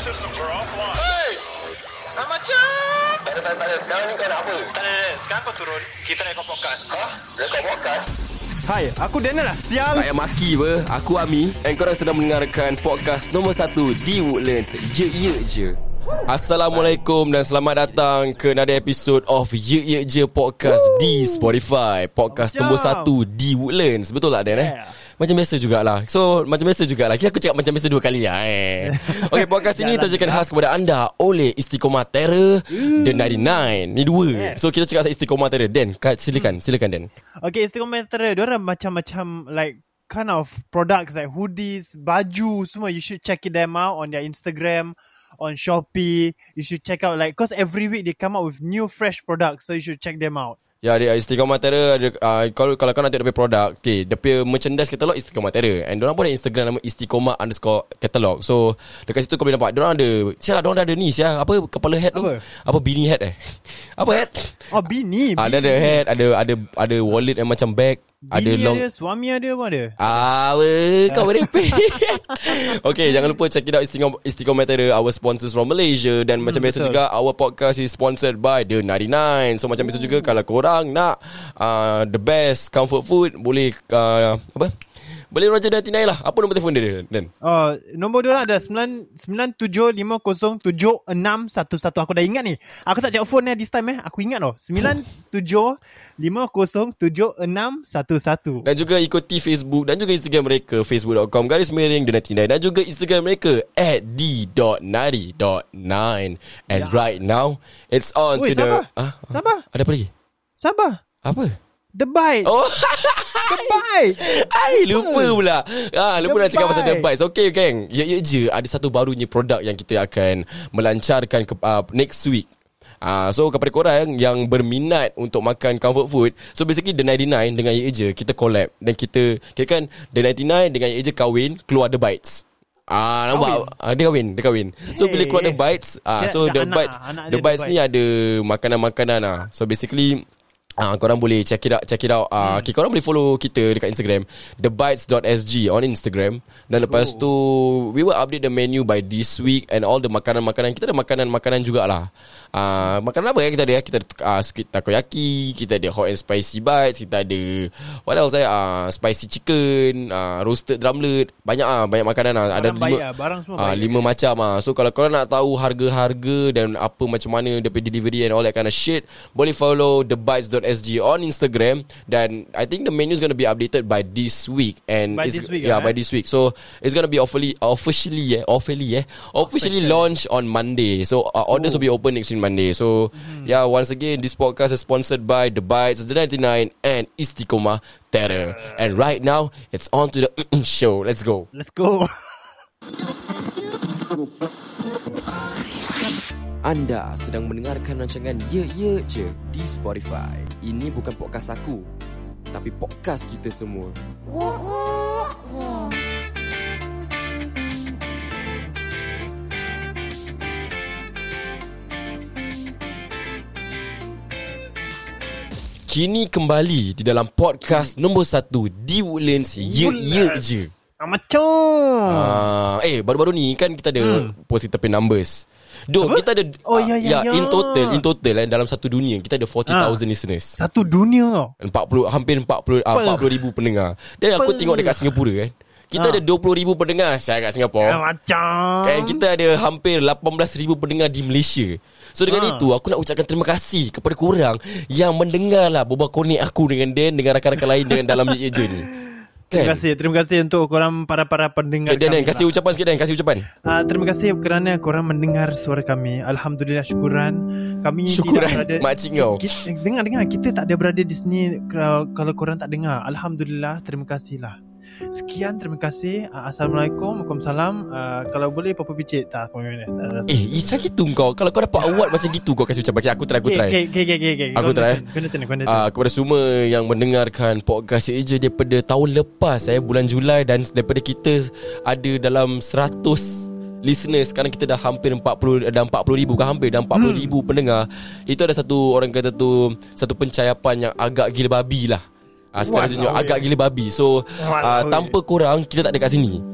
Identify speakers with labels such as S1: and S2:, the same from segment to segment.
S1: systems are offline.
S2: Hey! Ah, macam.
S3: Tak ada, tak ada, tak ada. Sekarang ni kau nak apa?
S2: Tak ada, tak ada. Sekarang kau turun. Kita nak ikut podcast.
S3: Ha? Rekod podcast?
S4: Hai, aku Daniel lah sial.
S5: Tak payah maki apa Aku Ami And korang sedang mendengarkan Podcast nombor 1 Di Woodlands Ye Ye Je Assalamualaikum dan selamat datang ke another episode of Ye Ye Je Podcast Woo. di Spotify. Podcast
S4: Jom.
S5: nombor satu di Woodlands. Betul tak Dan eh?
S4: Yeah.
S5: Macam biasa jugalah. So, macam biasa jugalah. Kita aku cakap macam biasa dua kali lah eh. Okay, podcast ini
S4: Jalan
S5: terjadikan khas kepada anda oleh Istiqomah Terror The 99. Ni
S4: Yeah.
S5: dua. So, kita cakap pasal Istiqomah Terror. Dan, silakan. Silakan Dan.
S4: Okay, Instagram diorang macam-macam like kind of products like hoodies, baju semua. You should check them out on their Instagram, on Shopee. You should check out like cause every week they come out with new fresh products, so you should check them out.
S5: Ya, dia Istiqamah Terror ada uh, kalau kalau kau nak tengok dia punya produk, okay, dia punya merchandise katalog Istiqamah Terror. And diorang pun ada Instagram nama Istiqamah underscore katalog. So, dekat situ kau boleh nampak diorang ada, siapa diorang dah ada ni, siapa apa kepala hat tu?
S4: Apa?
S5: Apa, apa beanie hat eh? apa hat?
S4: Oh, beanie.
S5: Ah, dia ada hat, ada ada ada wallet yang macam bag, ada
S4: Bini
S5: long
S4: ada, suami ada pun ada.
S5: Ah, weh, kau merepek. okay, jangan lupa check it out Istiqom- Istiqomah Terror, our sponsors from Malaysia. Dan macam biasa
S4: Hmm, betul.
S5: juga, our podcast is sponsored by The 99. So, macam biasa juga, kalau korang nak uh, the best comfort food, boleh, uh, apa? Boleh Roger 99 lah. Apa nombor telefon dia, Dan?
S4: Oh, nombor dia ada 975076611. Aku dah ingat ni. Aku tak cakap phone ni this time eh. Aku ingat tau. 975076611.
S5: Dan juga ikuti Facebook dan juga Instagram mereka, facebook.com garis miring The 99. Dan juga Instagram mereka, at d.nari.9. And
S4: Ya.
S5: right now, it's on
S4: Oi,
S5: to the...
S4: sabar.
S5: Ah, ah,
S4: Sabar.
S5: Ada apa lagi?
S4: Sabar.
S5: Apa?
S4: The bite.
S5: Oh,
S4: The bite.
S5: ai lupa pula. Ah, lupa
S4: The
S5: nak cakap pasal
S4: Bites.
S5: The Bites. Okay, geng. Ya, ya je. Ada satu barunya produk yang kita akan melancarkan ke, uh, next week. Ah, so kepada korang yang berminat untuk makan comfort food So basically The 99 dengan Ye Je Kita collab Dan kita Kira kan The 99 dengan Ye Je kahwin Keluar The Bites Ah nampak ah, Dia kahwin Dia kahwin So bila keluar The Bites
S4: Eh, Dia-
S5: ah, So
S4: dia
S5: The
S4: anak,
S5: Bites
S4: anak dia
S5: The
S4: The
S5: Bites ni
S4: Bites.
S5: ada makanan-makanan ah. So basically Ah, korang boleh check it out Check it out
S4: Hmm.
S5: ah, okay, Korang boleh follow kita Dekat Instagram Thebites.sg On Instagram Dan lepas
S4: Oh.
S5: tu We will update the menu By this week And all the makanan-makanan Kita ada makanan-makanan jugalah ah, Makanan apa ya kita ada eh? Kita ada ah, sikit takoyaki Kita ada hot and spicy bites Kita ada What else eh? ah, Spicy chicken ah, Roasted drumlet Banyak ah, Banyak makanan ah. Ada
S4: Barang baik
S5: lima-
S4: ah, barang semua
S5: ah,
S4: baik.
S5: lima macam ah. So kalau korang nak tahu harga-harga dan apa macam mana dia punya delivery and all that kind of shit, boleh follow thebites.sg on Instagram dan I think the menu is going to be updated by this week and
S4: By
S5: it's-
S4: this week
S5: yeah,
S4: lah,
S5: by
S4: eh?
S5: this week. So it's going to be officially officially eh, officially eh, officially launched on Monday. So uh, orders will be open next week Monday. So
S4: Mm-hmm.
S5: yeah, once again this podcast is sponsored by The Bites, The 99 and Istiqomah Terror. And right now it's on to the show. Let's go.
S4: Let's go.
S5: Anda sedang mendengarkan rancangan Ye Ye Je di Spotify. Ini bukan podcast aku, tapi podcast kita semua. Kini kembali di dalam podcast nombor 1 di Woodlands Ye Ye Je.
S4: Ah, macam.
S5: Ah, eh baru-baru ni kan kita ada hmm. post kita pay numbers. Doh, kita ada
S4: Oh, ya,
S5: ah,
S4: ya, ya.
S5: in total in total eh, dalam satu dunia kita ada 40,000 listeners.
S4: Satu dunia
S5: Oh.
S4: tau.
S5: 40 hampir
S4: Apa?
S5: 40 ah, 40,000 pendengar. Dan aku
S4: Apa?
S5: tengok dekat Singapura kan. Kita
S4: Ah.
S5: ada 20,000 pendengar saya kat Singapura.
S4: Ah, macam.
S5: Dan Eh, kita kan? ada hampir 18,000 pendengar di Malaysia. So dengan
S4: Ah.
S5: itu aku nak ucapkan terima kasih kepada korang yang mendengar lah berbual konek aku dengan Dan dengan rakan-rakan lain dengan dalam Ye Ye Je ni. Kan?
S4: Terima kasih, terima kasih untuk korang para-para pendengar
S5: Okay, Dan,
S4: kami
S5: Dan
S4: lah.
S5: kasih ucapan sikit Dan, kasih ucapan.
S4: Uh, terima kasih kerana korang mendengar suara kami. Alhamdulillah syukuran. Kami
S5: Syukuran
S4: tidak berada
S5: eh, makcik kau.
S4: Kita, dengar dengar kita tak ada berada di sini kalau, kalau korang tak dengar. Alhamdulillah terima kasihlah. Sekian terima kasih. Uh, Assalamualaikum. Waalaikumsalam. Uh, kalau boleh papa picit tak apa mana. Tak, tak.
S5: Eh, Ica gitu kau. Kalau kau dapat award macam gitu kau kasi ucapan. Okay, aku try, aku try.
S4: Okay, okay, okay, okay, okay.
S5: Aku try.
S4: Kena kena kena.
S5: Uh, kepada semua yang mendengarkan podcast Eja daripada tahun lepas eh bulan Julai dan daripada kita ada dalam 100 listener sekarang kita dah hampir 40 dah 40 ribu bukan hampir dah 40 hmm. ribu pendengar itu ada satu orang kata tu satu pencaipan yang agak gila babi lah uh, secara
S4: Walao,
S5: jujur
S4: eh.
S5: agak gila babi so uh,
S4: Walao, eh.
S5: tanpa korang kita tak ada kat sini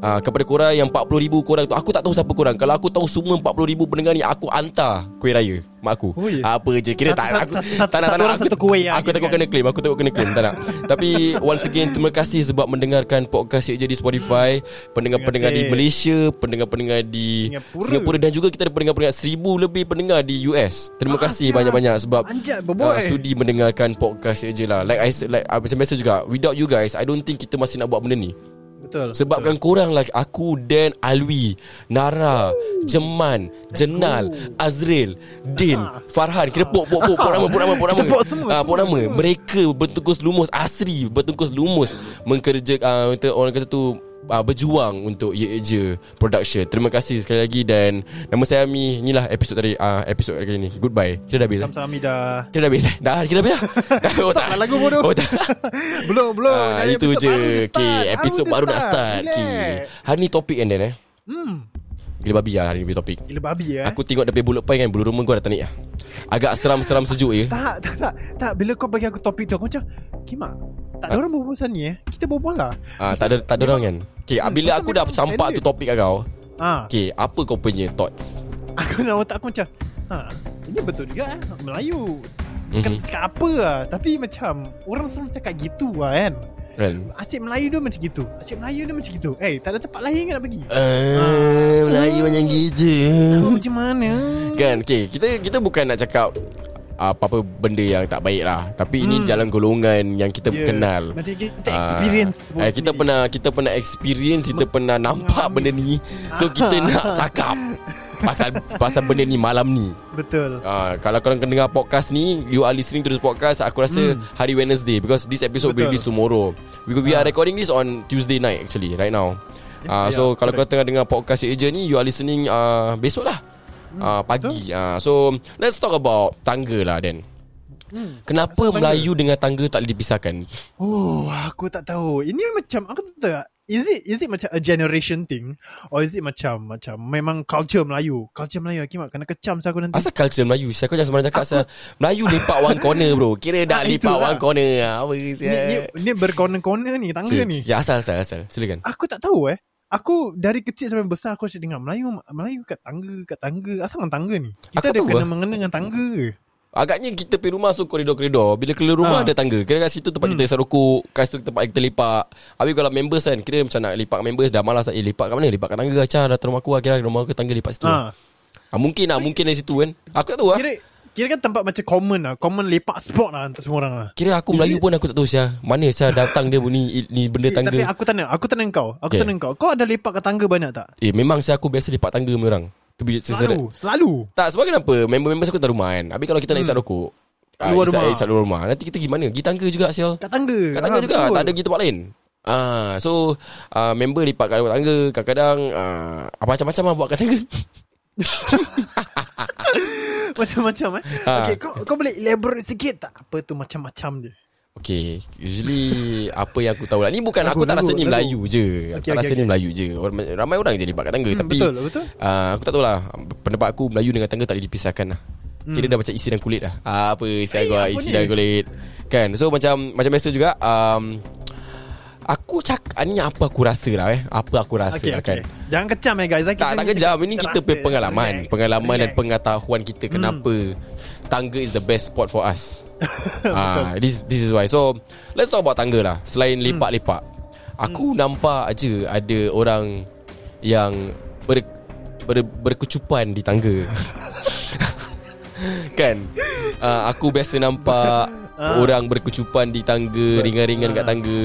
S5: uh, Kepada korang yang 40 ribu korang tu Aku tak tahu siapa korang Kalau aku tahu semua 40 ribu pendengar ni Aku hantar kuih raya Mak aku Ah,
S4: Oh, ya?
S5: Apa je Kira
S4: Satu-
S5: tak
S4: satu-
S5: aku,
S4: satu-
S5: Tak nak, tak
S4: satu
S5: nak
S4: orang
S5: Aku,
S4: satu kuih lah,
S5: aku
S4: gitu
S5: takut
S4: kan?
S5: kena claim Aku takut kena claim Tak nak Tapi once again Terima kasih sebab mendengarkan Podcast Sikit Je di Spotify Pendengar-pendengar di
S4: Terima kasih.
S5: Malaysia Pendengar-pendengar di Singapura.
S4: Singapura.
S5: Dan juga kita ada pendengar-pendengar Seribu lebih pendengar di US Terima kasih
S4: Ah, siap.
S5: banyak-banyak Sebab
S4: Anjat, berbual.
S5: ah, Sudi mendengarkan podcast Sikit Je lah Like, I, like ah, macam biasa juga Without you guys I don't think kita masih nak buat benda ni
S4: Betul.
S5: Sebabkan korang lah Aku, Dan, Alwi Nara Jeman Jenal Azril Din Farhan Kira pok, pok, pok Pok nama, pok nama, pok nama
S4: Kita pok semua,
S5: Ah, Pok
S4: semua,
S5: nama
S4: semua.
S5: Mereka bertungkus lumus Asri bertungkus lumus Mengkerja ah, kata- Orang kata tu ah, Berjuang untuk Ye Je Production Terima kasih sekali lagi Dan Nama saya Ami Inilah episod tadi ah, Episod kali ni Goodbye Kita dah habis eh?
S4: Sama-sama dah.
S5: Kita dah habis eh? Dah kita dah habis dah? Oh tak
S4: Start lagu bodoh.
S5: Oh tak
S4: belum, belum.
S5: Ah,
S4: Dari
S5: itu
S4: episod
S5: je
S4: baru dia start.
S5: Okay Episod
S4: dia
S5: baru nak start
S4: Relax.
S5: okay. Hari ni topik and then eh
S4: Hmm.
S5: Gila babi lah hari ni punya topik
S4: Gila babi ya.
S5: Aku tengok depan bullet point kan Bulu rumah kau dah tanik lah Agak seram-seram sejuk je
S4: Tak, tak, tak. Tak, bila kau bagi aku topik tu, aku macam, Kimak, tak ada
S5: Ah.
S4: orang berbual sana ni eh. Kita berbual lah.
S5: ah, Tak ada tak ada orang kan Okay ah, bila
S4: pasal
S5: aku dah
S4: memang
S5: campak tu
S4: standard.
S5: topik kat kau
S4: Ah,
S5: Okay apa kau punya thoughts
S4: Aku nak otak aku macam, ha, ini betul juga eh. Melayu. Kan
S5: Mhm,
S4: cakap apa lah. Tapi macam, orang selalu cakap gitu lah kan.
S5: Kan
S4: Asyik Melayu dia macam gitu. Asyik Melayu dia macam gitu. Eh, tak ada tempat lain ke nak pergi?
S5: Eh. Ah, Melayu macam gitu
S4: Oh, macam mana?
S5: Kan okay, Kita kita bukan nak cakap ah, Apa-apa benda yang tak baik lah Tapi ini
S4: Hmm.
S5: jalan golongan Yang kita
S4: Ya,
S5: kenal
S4: Macam kita
S5: Ah,
S4: experience pun
S5: eh, Kita
S4: sendiri.
S5: pernah Kita pernah experience Kita pernah nampak benda ni So kita nak cakap Pasal pasal benda ni malam ni
S4: Betul
S5: uh, Kalau korang dengar podcast ni You are listening to this podcast Aku rasa
S4: Hmm.
S5: hari Wednesday Because this episode
S4: Betul. Ah.
S5: will be released tomorrow We, we are recording this on Tuesday night actually Right now
S4: Ya,
S5: uh, So kalau kau
S4: correct.
S5: tengah dengar podcast Asia ni You are listening uh, besok lah
S4: Hmm,
S5: uh, Pagi uh, So let's talk about tangga lah then
S4: Hmm.
S5: Kenapa
S4: Pasal tangga.
S5: Melayu dengan tangga tak boleh dipisahkan?
S4: Oh aku tak tahu Ini macam Aku tak tahu Is it is it macam a generation thing Or is it macam Macam memang culture Melayu Culture Melayu Hakimak Kena kecam saya aku nanti
S5: Asal culture Melayu Saya kau jangan sembarang cakap Asal Melayu lepak one corner bro Kira dah
S4: Ah,
S5: lepak
S4: itulah.
S5: one corner Ah, Apa
S4: Ni, ni,
S5: eh.
S4: ni bercorner-corner ni Tangga
S5: Okay.
S4: ni
S5: Ya asal asal asal Silakan
S4: Aku tak tahu eh Aku dari kecil sampai besar Aku asyik dengar Melayu Melayu kat tangga Kat tangga Asal dengan tangga ni
S5: Aku
S4: Kita ada
S5: tahu
S4: kena
S5: lah.
S4: mengena dengan tangga ke?
S5: Agaknya kita pergi rumah So koridor-koridor Bila keluar rumah
S4: Ah. Hmm.
S5: Ada tangga Kira kat situ tempat kita hisap rokok Kat situ tempat kita lepak Habis kalau members kan Kira macam nak lepak kat members Dah malas nak Eh lepak kat mana Lepak kat tangga Acah datang rumah aku lah. Kira rumah aku tangga lepak situ
S4: Ha.
S5: ha. Ha, Mungkin lah Mungkin dari situ kan Aku tak tahu lah
S4: Kira kira kan tempat macam common lah Common lepak spot lah Untuk semua orang lah
S5: Kira aku Melayu pun aku tak tahu Syah Mana Syah datang dia ni, ni
S4: Eh,
S5: benda
S4: Tapi
S5: tangga
S4: aku tanya Aku tanya kau Aku
S5: Okay.
S4: tanya kau Kau ada lepak kat tangga banyak tak?
S5: Eh memang Syah aku biasa lepak tangga dengan orang Tepi seseret
S4: Selalu Selalu
S5: Tak sebab kenapa Member-member aku datang rumah kan Habis kalau kita nak isap rokok ah,
S4: Luar
S5: isap-
S4: rumah.
S5: Isap luar rumah Nanti kita pergi mana Pergi tangga juga Sial
S4: Kat tangga
S5: Kat tangga
S4: Ah,
S5: juga
S4: betul.
S5: Tak ada pergi tempat lain Ah, so ah, member lipat kat luar tangga Kadang-kadang ah, apa Macam-macam lah buat kat tangga
S4: Macam-macam eh
S5: Ah.
S4: Okay kau, kau boleh elaborate sikit tak Apa tu macam-macam dia
S5: Okay Usually Apa yang aku tahu lah Ni bukan
S4: Lagu,
S5: Aku tak
S4: lagu,
S5: rasa ni
S4: lagu.
S5: Melayu je Aku
S4: Okay,
S5: tak
S4: okay,
S5: rasa ni
S4: okay.
S5: Melayu je Orang- Ramai orang je lipat kat tangga
S4: Hmm,
S5: Tapi
S4: Betul betul
S5: ah, Aku tak tahu lah Pendapat aku Melayu dengan tangga Tak boleh dipisahkan lah Kira dah macam isi dan kulit lah ah, Apa isi
S4: Hmm.
S5: dan
S4: Eh,
S5: kulit
S4: apa
S5: Isi
S4: ni?
S5: dan kulit Kan So macam Macam biasa juga um, Aku cak Ini apa aku rasa lah eh Apa aku rasa
S4: Okay,
S5: lah
S4: okay.
S5: kan
S4: Jangan kejam eh guys
S5: tak tak kejam Ini kita punya pengalaman Pengalaman dan
S4: pengalaman
S5: pengetahuan kita
S4: Hmm.
S5: Kenapa Tangga is the best spot for us Ah, this this is why So Let's talk about tangga lah Selain
S4: Hmm.
S5: lepak-lepak Aku nampak je Ada orang Yang ber, ber, Berkecupan di tangga Kan Ah, Aku biasa nampak
S4: Ah.
S5: Orang berkecupan di tangga Ringan-ringan
S4: Ah.
S5: kat tangga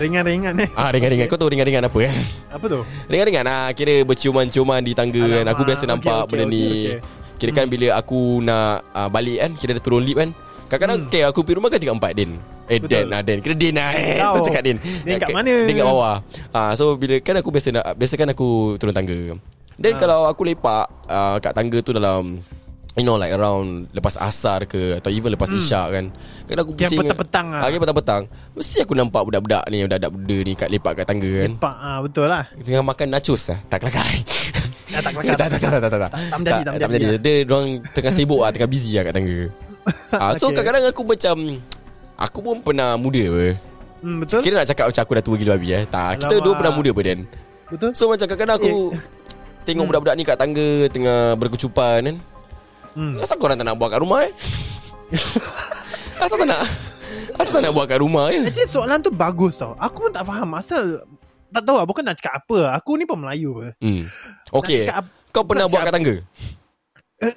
S4: Ringan-ringan eh
S5: Ah ringan-ringan Kau tahu ringan-ringan apa eh
S4: Apa tu?
S5: Ringan-ringan lah Kira berciuman-ciuman di tangga kan
S4: Alamak,
S5: Aku biasa
S4: okey,
S5: nampak okay,
S4: okey,
S5: benda
S4: okey,
S5: ni okay.
S4: okey. Hmm.
S5: Kira kan bila aku nak uh, balik kan Kira dah turun lip kan Kadang-kadang okay, aku pergi rumah kan tingkat empat Din Eh
S4: Hmm. Betul.
S5: Dan lah Dan Kira Din lah eh
S4: Tahu.
S5: Tu cakap Din
S4: Din kat
S5: Eh,
S4: mana?
S5: Din kat bawah uh, So bila kan aku biasa nak Biasa kan aku turun tangga Dan
S4: Ah.
S5: kalau aku lepak uh, Kat tangga tu dalam You know like around Lepas asar ke Atau even lepas isyak kan Kan aku
S4: Yang
S5: pusing-
S4: Hmm. petang-petang lah.
S5: Ah, Yang petang-petang Mesti aku nampak budak-budak ni Budak-budak muda ni Kat lepak kat tangga kan
S4: Pak, ah, betul lah
S5: Tengah makan nachos lah Tak kelakai
S4: Ah, Tak
S5: tak, tak, tak, tak, tak, tak, tak, tak,
S4: tak menjadi, tak menjadi.
S5: Dia orang tengah sibuk lah Tengah busy lah kat tangga ah, So
S4: Okay.
S5: kadang-kadang aku macam Aku pun pernah muda apa
S4: Hmm, Betul?
S5: Kira nak cakap macam aku dah tua gila babi eh Tak, kita
S4: Alamak.
S5: dua pernah muda apa Dan
S4: Betul?
S5: So macam kadang-kadang aku Tengok budak-budak ni kat tangga Tengah berkecupan kan
S4: Hmm.
S5: Asal korang tak nak buat kat rumah eh Asal tak nak Asal tak nak buat kat rumah je
S4: Actually soalan tu bagus tau. Aku pun tak faham asal tak tahu lah, bukan nak cakap apa. Aku ni pun Melayu eh. apa.
S5: hmm. Okay
S4: Nak cakap ap-
S5: Kau pernah
S4: nak
S5: buat kat
S4: cakap-
S5: tangga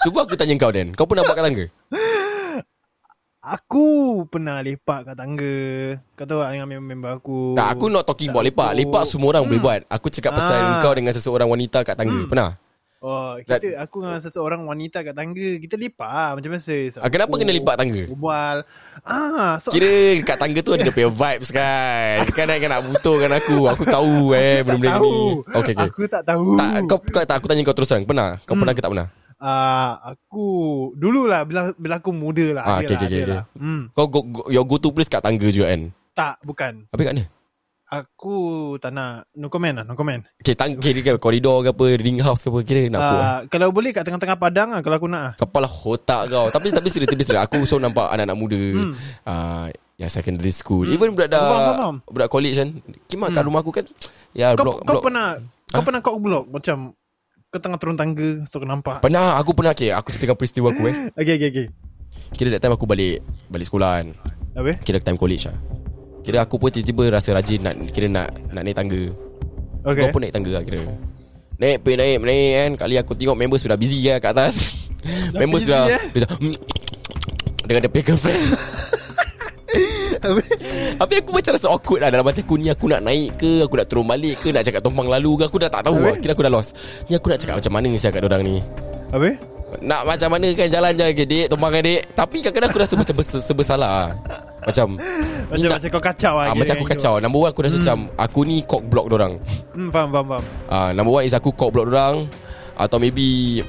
S5: Cuba aku tanya kau Dan Kau pernah buat kat tangga
S4: Oh. Aku pernah lepak kat tangga. Kau tahu tak dengan member aku.
S5: Tak aku not talking
S4: tak
S5: about lepak
S4: betul.
S5: Lepak semua orang boleh buat Aku cakap pasal
S4: Hmm. Ah. Hmm.
S5: Kau dengan seseorang wanita kat tangga Pernah
S4: Oh,
S5: That-
S4: kita aku dengan seseorang wanita kat tangga, kita lepak lah, macam biasa.
S5: Ah, Kenapa kena lepak tangga
S4: Berbual. Ah, so
S5: Kira kat tangga tu ada dia punya vibes kan Kan kan nak butuhkan aku Aku tahu eh
S4: tak
S5: Benda-benda ni
S4: tahu.
S5: Okay okay
S4: Aku tak tahu.
S5: tak, kau, kau, tak, aku tanya kau terus terang Pernah? Kau
S4: Hmm.
S5: pernah ke tak pernah?
S4: Ah, aku dululah bila bila aku muda lah.
S5: Ah,
S4: ada lah,
S5: okay, okay,
S4: ada
S5: okay, okay.
S4: lah. Hmm,
S5: Kau go, go, your go to place kat tangga juga kan?
S4: tak, bukan.
S5: Habis kat mana?
S4: Aku tak nak no comment lah, no comment.
S5: Okay, tang, okay, dia kat koridor ke apa, ring house ke apa, eh? kira nak buat.
S4: Ah, kalau boleh kat tengah-tengah padang lah kalau aku nak. ah.
S5: Kepala otak kau. Tapi tapi serius, tapi serius. Aku so nampak anak-anak muda. Hmm. Uh, yang secondary school. Hmm. Even budak dah,
S4: Faham, faham.
S5: budak college kan. Kimak hmm. kat rumah aku kan. Ya,
S4: Kau,
S5: blok,
S4: kau
S5: blok.
S4: pernah kau pernah kau blok macam kau tengah turun tangga so kau nampak.
S5: Pernah, aku pernah. Okay, aku ceritakan peristiwa aku eh.
S4: Okay, okay, okay.
S5: Kira that time aku balik, balik sekolah kan.
S4: Habis?
S5: Kira time college lah. Kira aku pun tiba-tiba rasa rajin nak, kira nak, nak naik tangga.
S4: Okay.
S5: Okay. Kau pun naik tangga lah kira Naik pergi naik naik kan Kali aku tengok member sudah busy lah kat atas Member
S4: busy,
S5: sudah
S4: eh?
S5: dia sudah, "Mm, Dengan dia punya girlfriend
S4: Habis?
S5: Habis aku macam rasa awkward lah Dalam hati aku ni aku nak naik ke Aku nak turun balik ke Nak cakap tumpang lalu ke Aku dah tak tahu lah Kira aku dah lost Ni aku nak cakap macam mana saya kat orang ni
S4: Habis?
S5: Nak macam mana kan jalan je okay, Dik tumpang kan dik Tapi kadang-kadang aku rasa macam bes- sebesalah lah. Macam
S4: Macam
S5: nak-
S4: macam kau kacau lah.
S5: ah,
S4: kira kan
S5: Macam aku
S4: kau.
S5: kacau Number one aku rasa macam Aku ni cock block dorang
S4: Hmm, faham, faham, faham.
S5: Ah, number one is aku call block orang Atau maybe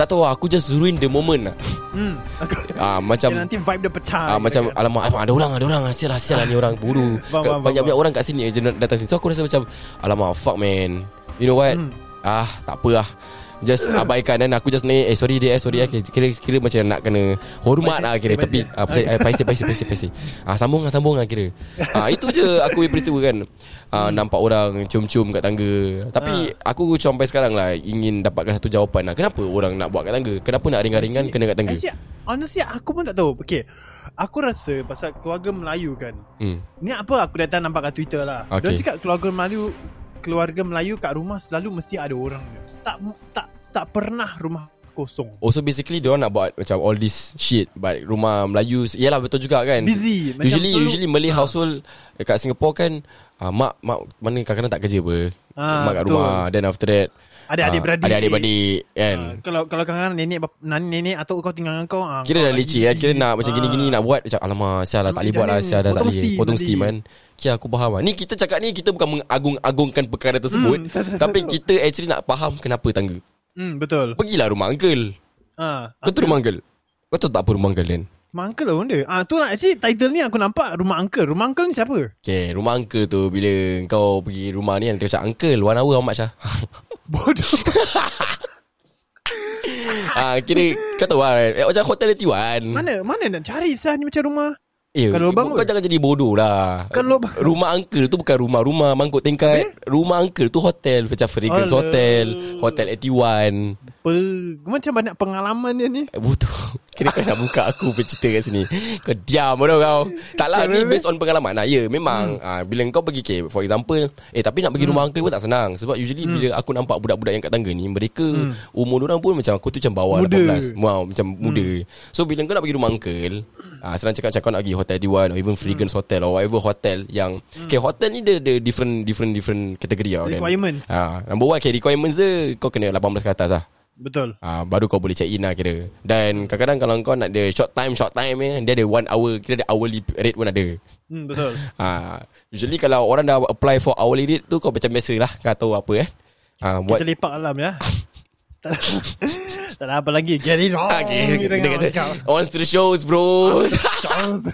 S5: Tak tahu lah Aku just ruin the moment lah
S4: Hmm. Aku,
S5: ah,
S4: macam,
S5: Macam
S4: nanti vibe dia pecah.
S5: ah,
S4: kira
S5: Macam
S4: kan.
S5: Alamak, alamak ada orang Ada orang Sial lah sial lah ni orang Buru
S4: Faham, faham,
S5: Banyak-banyak
S4: faham.
S5: orang kat sini je Datang sini So aku rasa macam Alamak fuck man You know what
S4: Hmm.
S5: Ah tak apa lah Just abaikan Dan aku just naik Eh sorry dia eh sorry eh Kira, kira macam nak kena Hormat lah kira
S4: Hmm. Paiseh,
S5: Tapi ah, paiseh, eh, paiseh paiseh paiseh paiseh ah, Sambung lah sambung lah kira ah, Itu je aku punya peristiwa kan ah,
S4: Hmm.
S5: Nampak orang cium-cium kat tangga Tapi
S4: Ah.
S5: aku sampai sekarang lah Ingin dapatkan satu jawapan lah Kenapa orang nak buat kat tangga Kenapa nak ringan-ringan Kena kat tangga
S4: Actually, honestly, aku pun tak tahu. Okay. Aku rasa pasal keluarga Melayu kan.
S5: hmm.
S4: Ni apa aku datang nampak kat Twitter lah.
S5: Okay.
S4: Dia cakap keluarga Melayu keluarga Melayu kat rumah selalu mesti ada orang. Tak tak tak pernah rumah kosong.
S5: Also basically Dia orang nak buat Macam all this shit But rumah Melayu Yalah betul juga kan
S4: Busy. Macam Ah.
S5: usually
S4: selalu-
S5: usually Malay household dekat Singapore kan uh, mak mak mana kadang-kadang tak kerja apa.
S4: Ah,
S5: mak kat
S4: betul.
S5: rumah then after that
S4: Ada
S5: ah,
S4: adik-beradik.
S5: Ada adik-beradik kan.
S4: Ah, kalau kalau kangen nenek bap- nan- nenek atau kau tinggal dengan kau ah,
S5: Kira
S4: kau
S5: dah
S4: lagi
S5: licik kan Kira nak macam
S4: Ah.
S5: gini-gini Nak buat Macam alamak Sial lah tak boleh buat lah
S4: Jangan
S5: Sial dah tak
S4: potong
S5: boleh
S4: steam
S5: Potong
S4: nanti.
S5: steam kan Okay aku faham lah Ni kita cakap ni Kita bukan mengagung-agungkan Perkara tersebut Tapi kita actually nak faham Kenapa tangga
S4: Hmm betul.
S5: Pergilah rumah uncle
S4: Ah,
S5: Kau tu rumah uncle Kau tahu tak apa rumah uncle kan
S4: rumah uncle lah benda. Ah tu lah actually title ni aku nampak rumah uncle. Rumah uncle ni siapa?
S5: Okay rumah uncle tu Bila kau pergi rumah ni kan Dia cakap uncle One hour how much lah
S4: Bodoh.
S5: Ah, kira kau tahu lah right? eh, Macam hotel dia Wan
S4: mana mana nak cari sah ni macam rumah.
S5: eh,
S4: Kalau lubang
S5: Kau
S4: pun?
S5: jangan jadi bodoh lah
S4: Kalau lubang.
S5: Rumah uncle tu bukan rumah-rumah Mangkuk tingkat Rumah uncle tu hotel Macam Fragrance
S4: Alah.
S5: Hotel Hotel 81
S4: Pe, macam banyak pengalaman dia ni.
S5: Eh, Bodoh Kira kau nak buka aku punya cerita kat sini Kau diam bodoh kau Tak lah ni based on pengalaman lah Ya memang
S4: Hmm.
S5: ah, Bila kau pergi okay, For example Eh tapi nak pergi rumah uncle pun tak senang Sebab usually bila
S4: Hmm.
S5: aku nampak budak-budak yang kat tangga ni Mereka umur orang pun macam Aku tu macam bawah
S4: Muda. Hmm.
S5: 18 Wow macam muda So bila kau nak pergi rumah uncle ah, Senang cakap macam kau nak pergi Hotel Diwan Or even
S4: Hmm.
S5: Fragrance Hotel Or whatever hotel yang Okay hotel ni dia, dia different Different different kategori lah Dan-
S4: Requirements.
S5: ah, Number one okay, requirements dia Kau kena 18 ke atas lah
S4: Betul.
S5: Ah, baru kau boleh check in lah kira Dan kadang-kadang kalau kau nak ada short time Short time eh Dia ada one hour Kira ada hourly rate pun ada
S4: Hmm betul.
S5: ah, Usually kalau orang dah apply for hourly rate tu Kau macam biasa lah Kau tahu apa eh ah,
S4: Buat...
S5: Buat
S4: Kita lepak alam ya. tak, tak ada apa lagi. Get it on.
S5: Ah, Okay,
S4: Kita
S5: dia kata,
S4: cakap.
S5: On to the shows bro
S4: Charles.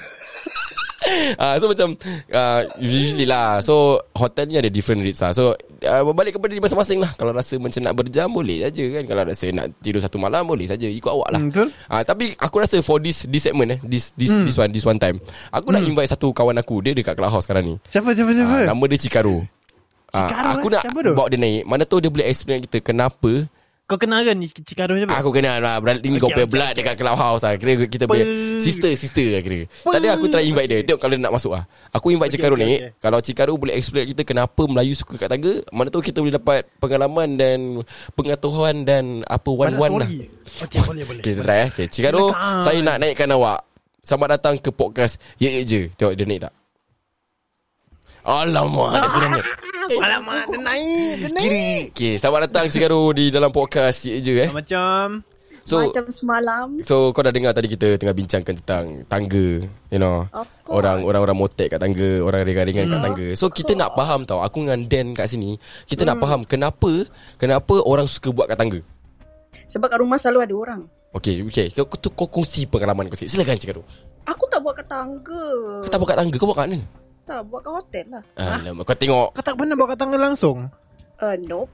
S5: Ah, So macam ah, Usually lah So hotel ni ada different rates lah So ah, Balik kepada diri masing-masing lah Kalau rasa macam nak berjam Boleh saja kan Kalau rasa nak tidur satu malam Boleh saja Ikut awak lah
S4: Hmm, betul. Hmm.
S5: Ah, tapi aku rasa for this this segment eh, this this this one this one time, aku nak invite satu kawan aku, dia dekat clubhouse sekarang ni.
S4: Siapa siapa siapa?
S5: Ah, nama dia Cikaro.
S4: Cikarang
S5: Ah, aku
S4: eh?
S5: nak
S4: Siapa tu?
S5: bawa dia naik Mana tahu dia boleh explain kita Kenapa
S4: Kau kenal kan ni Cikaro macam mana?
S5: Aku kenal lah Brother Ini kau
S4: Okay,
S5: punya
S4: okay,
S5: blood Dekat clubhouse lah Kira kita
S4: Pe-
S5: punya Sister Sister lah kira Tadi aku try invite dia Tengok kalau dia nak masuk lah Aku invite
S4: Okay,
S5: Cikaru
S4: okay,
S5: ni
S4: okay.
S5: Kalau Cikaru boleh explain kita Kenapa Melayu suka kat tangga Mana tahu kita boleh dapat Pengalaman dan Pengetahuan dan Apa
S4: Banyak
S5: one-one lah
S4: story. Okay boleh boleh
S5: Okay kita try eh okay, Cikaru
S4: Silakan.
S5: Saya nak naikkan awak Selamat datang ke podcast Ye Ye Je Tengok dia naik tak Alamak Dia senang kan
S4: Alamak dia naik Dia naik
S5: Okay selamat datang Cikaru Di dalam podcast Ye Ye Je eh
S4: Macam
S5: So
S1: Macam semalam
S5: So kau dah dengar tadi kita tengah bincangkan tentang tangga, you know.
S1: Of course.
S5: Orang orang-orang motek kat tangga, orang ringan-ringan
S4: Hmm.
S5: kat tangga. So kita nak faham tau. Aku dengan Dan kat sini, kita
S1: Hmm.
S5: nak faham kenapa kenapa orang suka buat kat tangga.
S1: Sebab kat rumah selalu ada orang
S5: Okay, okay. Kau, kau, tu- kau kongsi pengalaman kau sikit. Silakan cakap tu.
S1: Aku tak buat kat tangga
S5: Kau tak buat kat tangga, kau buat kat mana?
S1: Tak buat kat hotel lah
S5: Alamak, kau tengok.
S4: Kau tak pernah bawa kat tangan langsung
S1: uh, Nope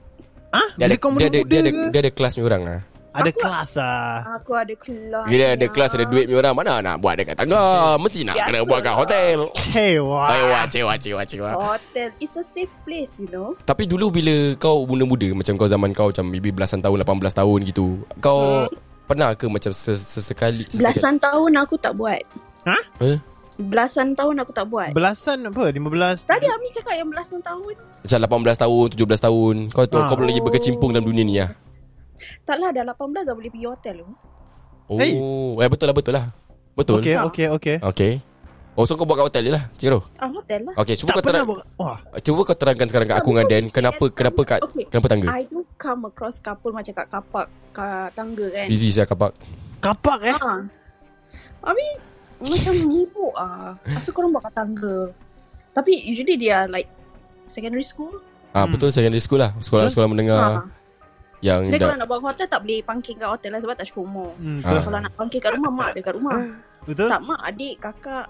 S4: Ah,
S5: Dia
S4: Bila
S5: ada,
S4: kau
S5: dia ada, dia ada,
S4: muda-muda ke?
S5: dia Ah. ada kelas ni orang lah.
S4: Ada
S1: Aku-
S4: kelas lah
S1: Aku ada kelas lah.
S5: Dia ada kelas, ada duit ni orang. Mana nak buat dekat tangga? Mesti nak kena
S1: Biasa
S5: buat kat
S1: lah.
S5: hotel.
S4: Cewa
S5: Cewa, cewa, cewa, cewa.
S1: Hotel It's a safe place you know
S5: Tapi dulu bila kau muda-muda Macam kau zaman kau Macam maybe belasan tahun 18 tahun gitu Kau Pernah ke macam ses- sesekali sesekali-
S1: Hmm. Belasan tahun aku tak buat
S5: eh?
S1: Belasan tahun aku tak buat
S4: Belasan apa? 15
S1: Tadi Ami cakap yang belasan tahun
S5: Macam 18 tahun 17 tahun Kau tu
S4: Ah.
S5: kau belum lagi berkecimpung dalam dunia ni lah
S1: Taklah lah, dah 18 dah boleh pergi hotel tu
S5: Oh
S4: Hey.
S5: eh, Betul lah betul lah Betul
S4: Okay
S1: Ah.
S4: okay okay
S5: okay. Oh so kau buat kat hotel je lah Cik Ro
S1: Ah hotel lah
S5: Okay cuba
S4: Tak
S5: kau terang
S4: pernah buat Wah
S5: Cuba kau terangkan sekarang kat aku dengan Dan Kenapa kenapa kat
S1: Okay. Ah,
S5: Kenapa tangga
S1: I do come across couple macam kat kapak Kat tangga kan
S5: Busy saya kapak
S4: Kapak eh
S1: Ah. Habis macam mibuk ah. Asal korang buat kat tangga. Tapi usually they are like secondary school.
S5: Ah
S4: Hmm.
S5: Betul secondary school lah Sekolah-sekolah menengah
S1: Ha.
S5: Yang
S1: Dia
S5: dah
S1: kalau nak buat hotel tak boleh pangking kat hotel lah sebab tak cukup umur.
S4: Hmm,
S5: Ah.
S4: betul,
S1: Kalau nak pangking kat rumah mak dia kat rumah.
S4: betul?
S1: tak mak, adik, kakak.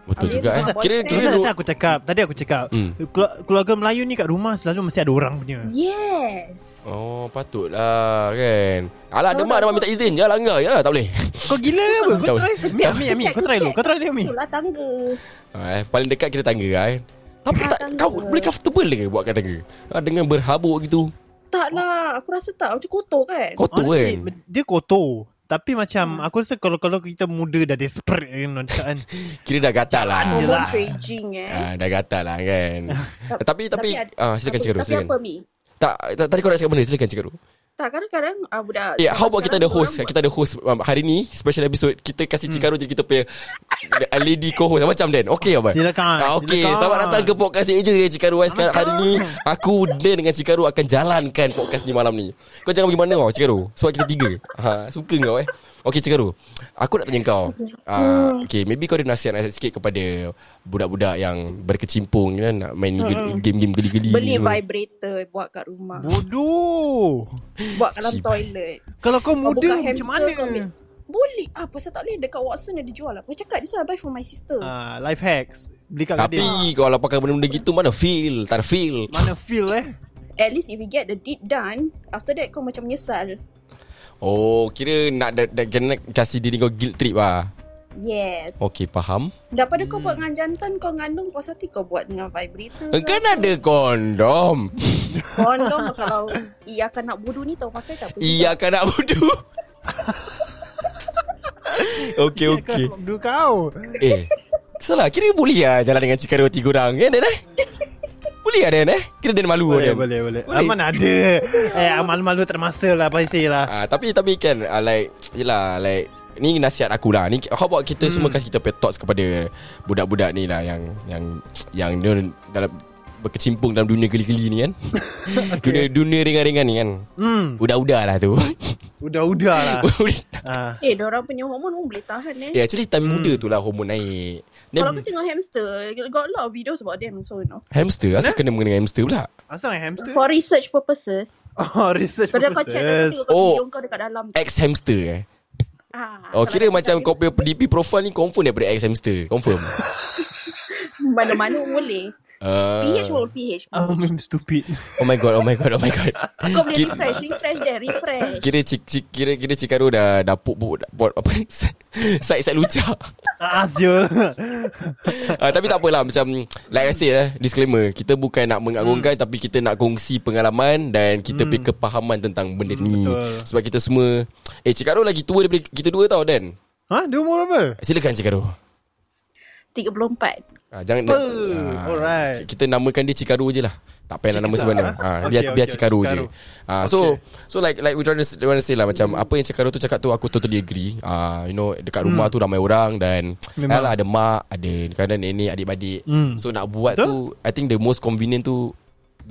S5: Betul
S1: Habis
S5: juga eh
S1: nak buat
S5: Kira
S1: friend.
S4: Tadi
S5: kira
S4: tadi aku cakap Tadi aku cakap
S5: Hmm.
S4: Kelu- Keluarga Melayu ni kat rumah Selalu mesti ada orang punya
S1: Yes.
S5: Oh patutlah kan Alah
S1: Tahu
S5: demak
S1: tak
S5: demak minta izin je lah Langgar je lah tak boleh
S4: Kau gila ke apa? Kau
S5: Tahu.
S4: try Mi, Mi, Mi Kau try dulu Kau try dulu Mi
S1: Itulah tangga.
S5: ah, eh, Paling dekat kita tangga lah kan Tapi tak,
S1: Ah, tangga.
S5: kau boleh comfortable ke buat kat tangga ah, Dengan berhabuk gitu
S1: Tak lah. Aku rasa tak. Macam kotor kan.
S5: Kotor
S4: Honestly,
S5: kan
S4: Dia kotor Tapi macam Aku rasa kalau kalau kita muda Dah desperate you know, cakap kan
S5: Kira dah gatal lah
S1: Hormone
S4: Yelah.
S1: raging eh.
S5: ah, Dah gatal lah kan
S1: Tap-
S5: Tapi tapi,
S1: ada-
S5: ah, Silakan
S1: apa-
S5: Cikgu
S1: Tapi
S5: silakan
S1: apa Mi?
S5: tak, tak, Tadi kau nak cakap benda Silakan Cikgu
S1: Tak, kadang-kadang ah, budak.
S5: Eh how about kita ada
S1: sekarang orang
S5: host
S1: buat- Hmm.
S5: Kita ada host um, Hari ni special episode Kita kasih Cikgu je kita punya a Lady co-host Macam Dan Okay apa
S4: Silakan
S5: Ah, okay,
S4: silakan.
S5: selamat datang ke podcast Eja ya Cikaru Ais. Sekarang hari ni aku Dan dengan Cikaru akan jalankan podcast ni malam ni. Kau jangan pergi mana kau Cikaru? Sebab kita tiga. Ha, suka kau eh. Okay Cikaru, aku nak tanya kau.
S1: Hmm.
S5: Uh, okay, maybe kau ada nasihat-nasihat sikit kepada budak-budak yang berkecimpung kan nak main
S1: Hmm.
S5: ge- game-game geli-geli ni
S1: Beli
S5: semua.
S1: vibrator buat kat rumah.
S4: Hmm. Bodoh
S1: Buat dalam
S5: Cik.
S1: toilet.
S4: Kalau kau
S1: Kau
S4: muda
S1: bukan
S4: Macam
S1: hamster,
S4: mana
S1: kau ambil. Boleh ah pasal tak boleh dekat Watson ada jual lah. Aku cakap this one I buy for my sister. Uh,
S4: Ah, Life hacks Beli kat
S5: Tapi
S4: gadis
S5: kalau pakai benda-benda gitu mana feel? Tak ada feel.
S4: Mana feel eh
S1: At least if we get the deed done, after that kau macam menyesal.
S5: Oh, kira nak da- da- kena kasih diri kau guilt trip ah.
S1: Yes.
S5: Okay, faham.
S1: Daripada kau buat
S5: Hmm.
S1: dengan jantan, kau ngandung puas hati kau buat dengan vibrator. lah.
S5: Kan ada kondom.
S1: Kondom kalau ia akan nak bodoh ni tahu pakai tak?
S5: Iya kan nak bodoh Okey okey
S4: Kau Bodoh kau
S5: Eh Salah kira boleh lah Jalan dengan Cikaro tiga orang Kan Dan eh Boleh lah Dan eh Kira Dan malu
S4: Boleh
S5: Dan.
S4: boleh boleh
S5: Boleh.
S4: Aman ada Eh aman malu termasa lah Paisi lah
S5: Ah, tapi tapi kan ah, like Yelah like Ni nasihat aku lah ni, How about kita hmm. semua Kasih kita punya thoughts Kepada Budak-budak ni lah Yang Yang Yang dia dalam Berkecimpung dalam dunia geli-geli ni kan Dunia dunia ringan-ringan ni kan
S4: Hmm
S5: Udah-udah lah tu
S4: Udah-udah lah Ah.
S1: Eh, orang punya hormon pun boleh tahan
S5: Ya
S1: eh.
S5: yeah, actually time hmm. muda tu lah Hormon naik Dan
S1: Kalau kau tengok hamster, got a lot of videos about them so you know.
S5: Hamster Asal kena mengenai hamster pula
S4: Asal yang hamster
S1: For research purposes,
S4: Oh research
S1: kalau kau check kau
S4: purposes
S1: tengok
S5: Oh.
S1: oh. video kau dekat dalam.
S5: Ex-hamster eh
S1: Ah,
S5: Oh
S1: kalau
S5: kira
S1: kau
S5: macam
S1: cakap
S5: kau punya DP profile ni Confirm daripada ex-hamster Confirm
S1: Mana-mana boleh
S5: Uh,
S1: PH or TH
S4: Um, I'm stupid.
S5: oh my god, oh my god, oh my god.
S1: Kau boleh
S5: Kira-
S1: refresh Refresh there Refresh
S5: Kira cik, cik, kira kira Cikaru dah dah pop pop buat apa ni? Side-side lucah.
S4: Ah, Azul.
S5: uh, tapi tak apalah macam like I said eh, disclaimer, kita bukan nak mengagungkan tapi kita nak kongsi pengalaman dan kita punya kepahaman tentang benda ni.
S4: betul.
S5: Sebab kita semua eh Cikaru lagi tua daripada kita dua tau Dan.
S4: ha? Dia umur berapa?
S5: Silakan Cikaru.
S1: 34
S5: Ah, jangan
S4: Apa?
S5: Ah,
S4: Alright.
S5: Kita namakan dia Cikaru je lah. Tak payah nak nama
S4: Cik-
S5: sebenarnya.
S4: ah,
S5: Ah,
S4: okay,
S5: biar biar
S4: okay,
S5: Cikaru, je.
S4: Cikaru.
S5: Ah, so so like like we trying to, we trying to say lah macam apa yang Cikaru tu cakap tu aku totally agree. Ah, you know dekat rumah tu ramai orang dan
S4: Hmm. Memang.
S5: alah, ada mak, ada kadang nenek, adik-adik.
S4: Hmm.
S5: So nak buat
S4: Betul.
S5: tu I think the most convenient tu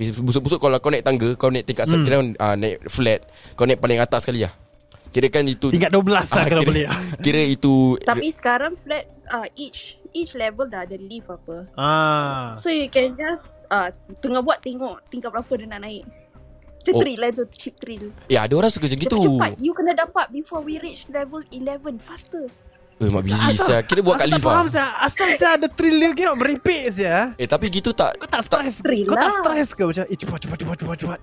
S5: busuk-busuk kalau kau naik tangga, kau naik tingkat
S4: Hmm.
S5: mm. kira ah, naik flat, kau naik paling atas sekali lah. Kira kan itu
S4: Tingkat 12 lah
S5: Ah,
S4: kalau boleh.
S5: kira- Kira itu
S1: Tapi sekarang flat uh, Each Each level dah ada lift apa
S4: Ah.
S1: So you can just uh, Tengah buat tengok Tingkat berapa dia nak naik Macam
S5: Oh.
S1: thrill lah tu Cheap thrill
S5: Ya ada orang suka macam gitu
S1: Cepat-cepat You kena dapat Before we reach level 11 Faster
S5: Eh mak busy saya Kira buat
S4: Aku
S5: kat
S4: tak
S5: lift
S4: faham
S5: lah
S4: saya. Asal saya ada thriller ke merepek saya.
S5: Eh tapi gitu tak
S4: Kau tak stres
S1: Thrill
S4: Kau tak
S1: lah.
S4: stres ke Macam eh cepat cepat cepat cepat cepat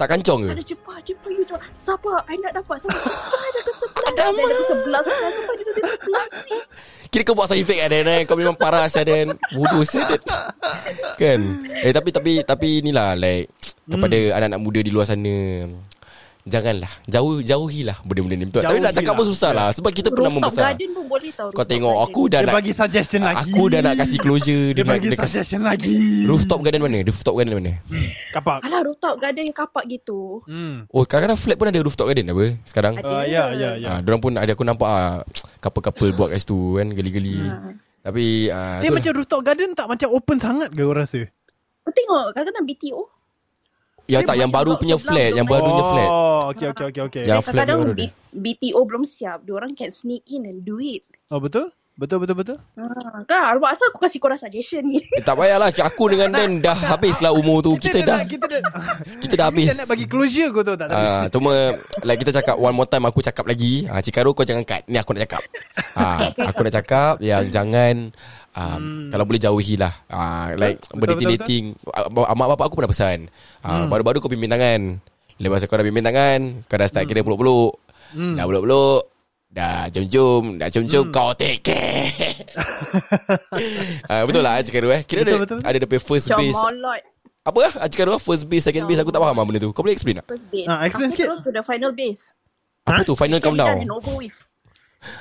S5: tak kancong ke?
S1: Ada cepat Cepat you dah Sabar I nak dapat Sabar Ah, Dah ke sebelas Dah dah ke sebelas Sebelas Sampai dia dah ke sebelas ni
S5: Kira kau buat sound effect kan Dan eh? Kau memang parah saya Dan Bodoh saya Dan Kan Eh tapi tapi tapi inilah like Kepada
S1: Hmm.
S5: anak-anak muda di luar sana Janganlah Jauh Jauhilah benda-benda ni Betul. Tapi
S4: Jauhilah.
S5: nak cakap pun susah lah Sebab kita pernah
S1: Rooftop
S5: membesar
S1: garden pun boleh tau
S5: Kau
S1: rooftop
S5: tengok
S1: garden.
S5: aku dah
S4: Dia
S5: nak
S4: bagi suggestion lagi
S5: Aku dah nak kasih closure
S4: Dia
S5: nak-
S4: bagi
S5: kasi-
S4: suggestion lagi
S5: Rooftop garden mana? Rooftop garden mana?
S4: Kapak
S1: Alah rooftop garden yang kapak gitu
S4: Hmm
S5: Oh kadang-kadang flat pun ada rooftop garden apa Sekarang
S1: Ada.
S4: Ah, Ya ya ya
S5: Ah, Diorang pun ada aku nampak ah, Couple-couple buat kat situ kan Geli-geli
S1: Ah.
S5: Tapi ah,
S4: Dia
S5: tu lah.
S4: macam rooftop garden tak macam open sangat ke kau rasa?
S1: Kau tengok kadang-kadang BTO
S5: Ya
S1: Dia
S5: tak yang
S1: macam
S5: baru
S1: blok
S5: punya
S1: sebelah
S5: flat Yang
S1: blok
S5: baru punya flat Ya.
S4: Oh, okay, okay, okay, okay.
S5: Yang flat
S1: Kadang-kadang
S5: baru dia
S1: B- BTO belum siap Diorang can sneak in and do it
S4: Oh, betul? Betul, betul, betul.
S1: Ah, kan arwah asal aku kasih korang suggestion ni
S5: eh, Tak payahlah Aku dengan Dan dah habis lah umur tu Kita dah
S4: kita dah,
S5: Kita dah habis
S4: kita nak bagi closure kau tahu tak? Tapi
S5: Ah, Cuma Like kita cakap One more time aku cakap lagi ah, Cikaru kau jangan cut Ni aku nak cakap ah, Aku nak cakap
S4: Hmm.
S5: Yang jangan um, Kalau boleh jauhilah ah, Like
S4: Betul,
S5: Benda
S4: betul, Hmm.
S5: dating Mak bapak aku pernah pesan ah, Baru-baru kau pimpin tangan Lepas kau dah pimpin tangan Kau dah start
S4: Hmm.
S5: kira peluk-peluk Dah peluk-peluk Dah jom-jom Dah
S4: Hmm.
S5: jom-jom Kau take care Ah, Betul lah Cikaru eh Kira
S4: Betul,
S5: ada,
S4: betul.
S5: ada dia punya first base
S1: Comolot
S5: Apa lah Cikaru ah, first base Second base Aku tak faham lah benda tu Kau boleh explain tak
S1: First base
S4: Ah, explain
S1: Aku
S4: sikit.
S1: terus to the final base
S5: Apa tu final
S1: Can be done
S5: countdown
S1: and over with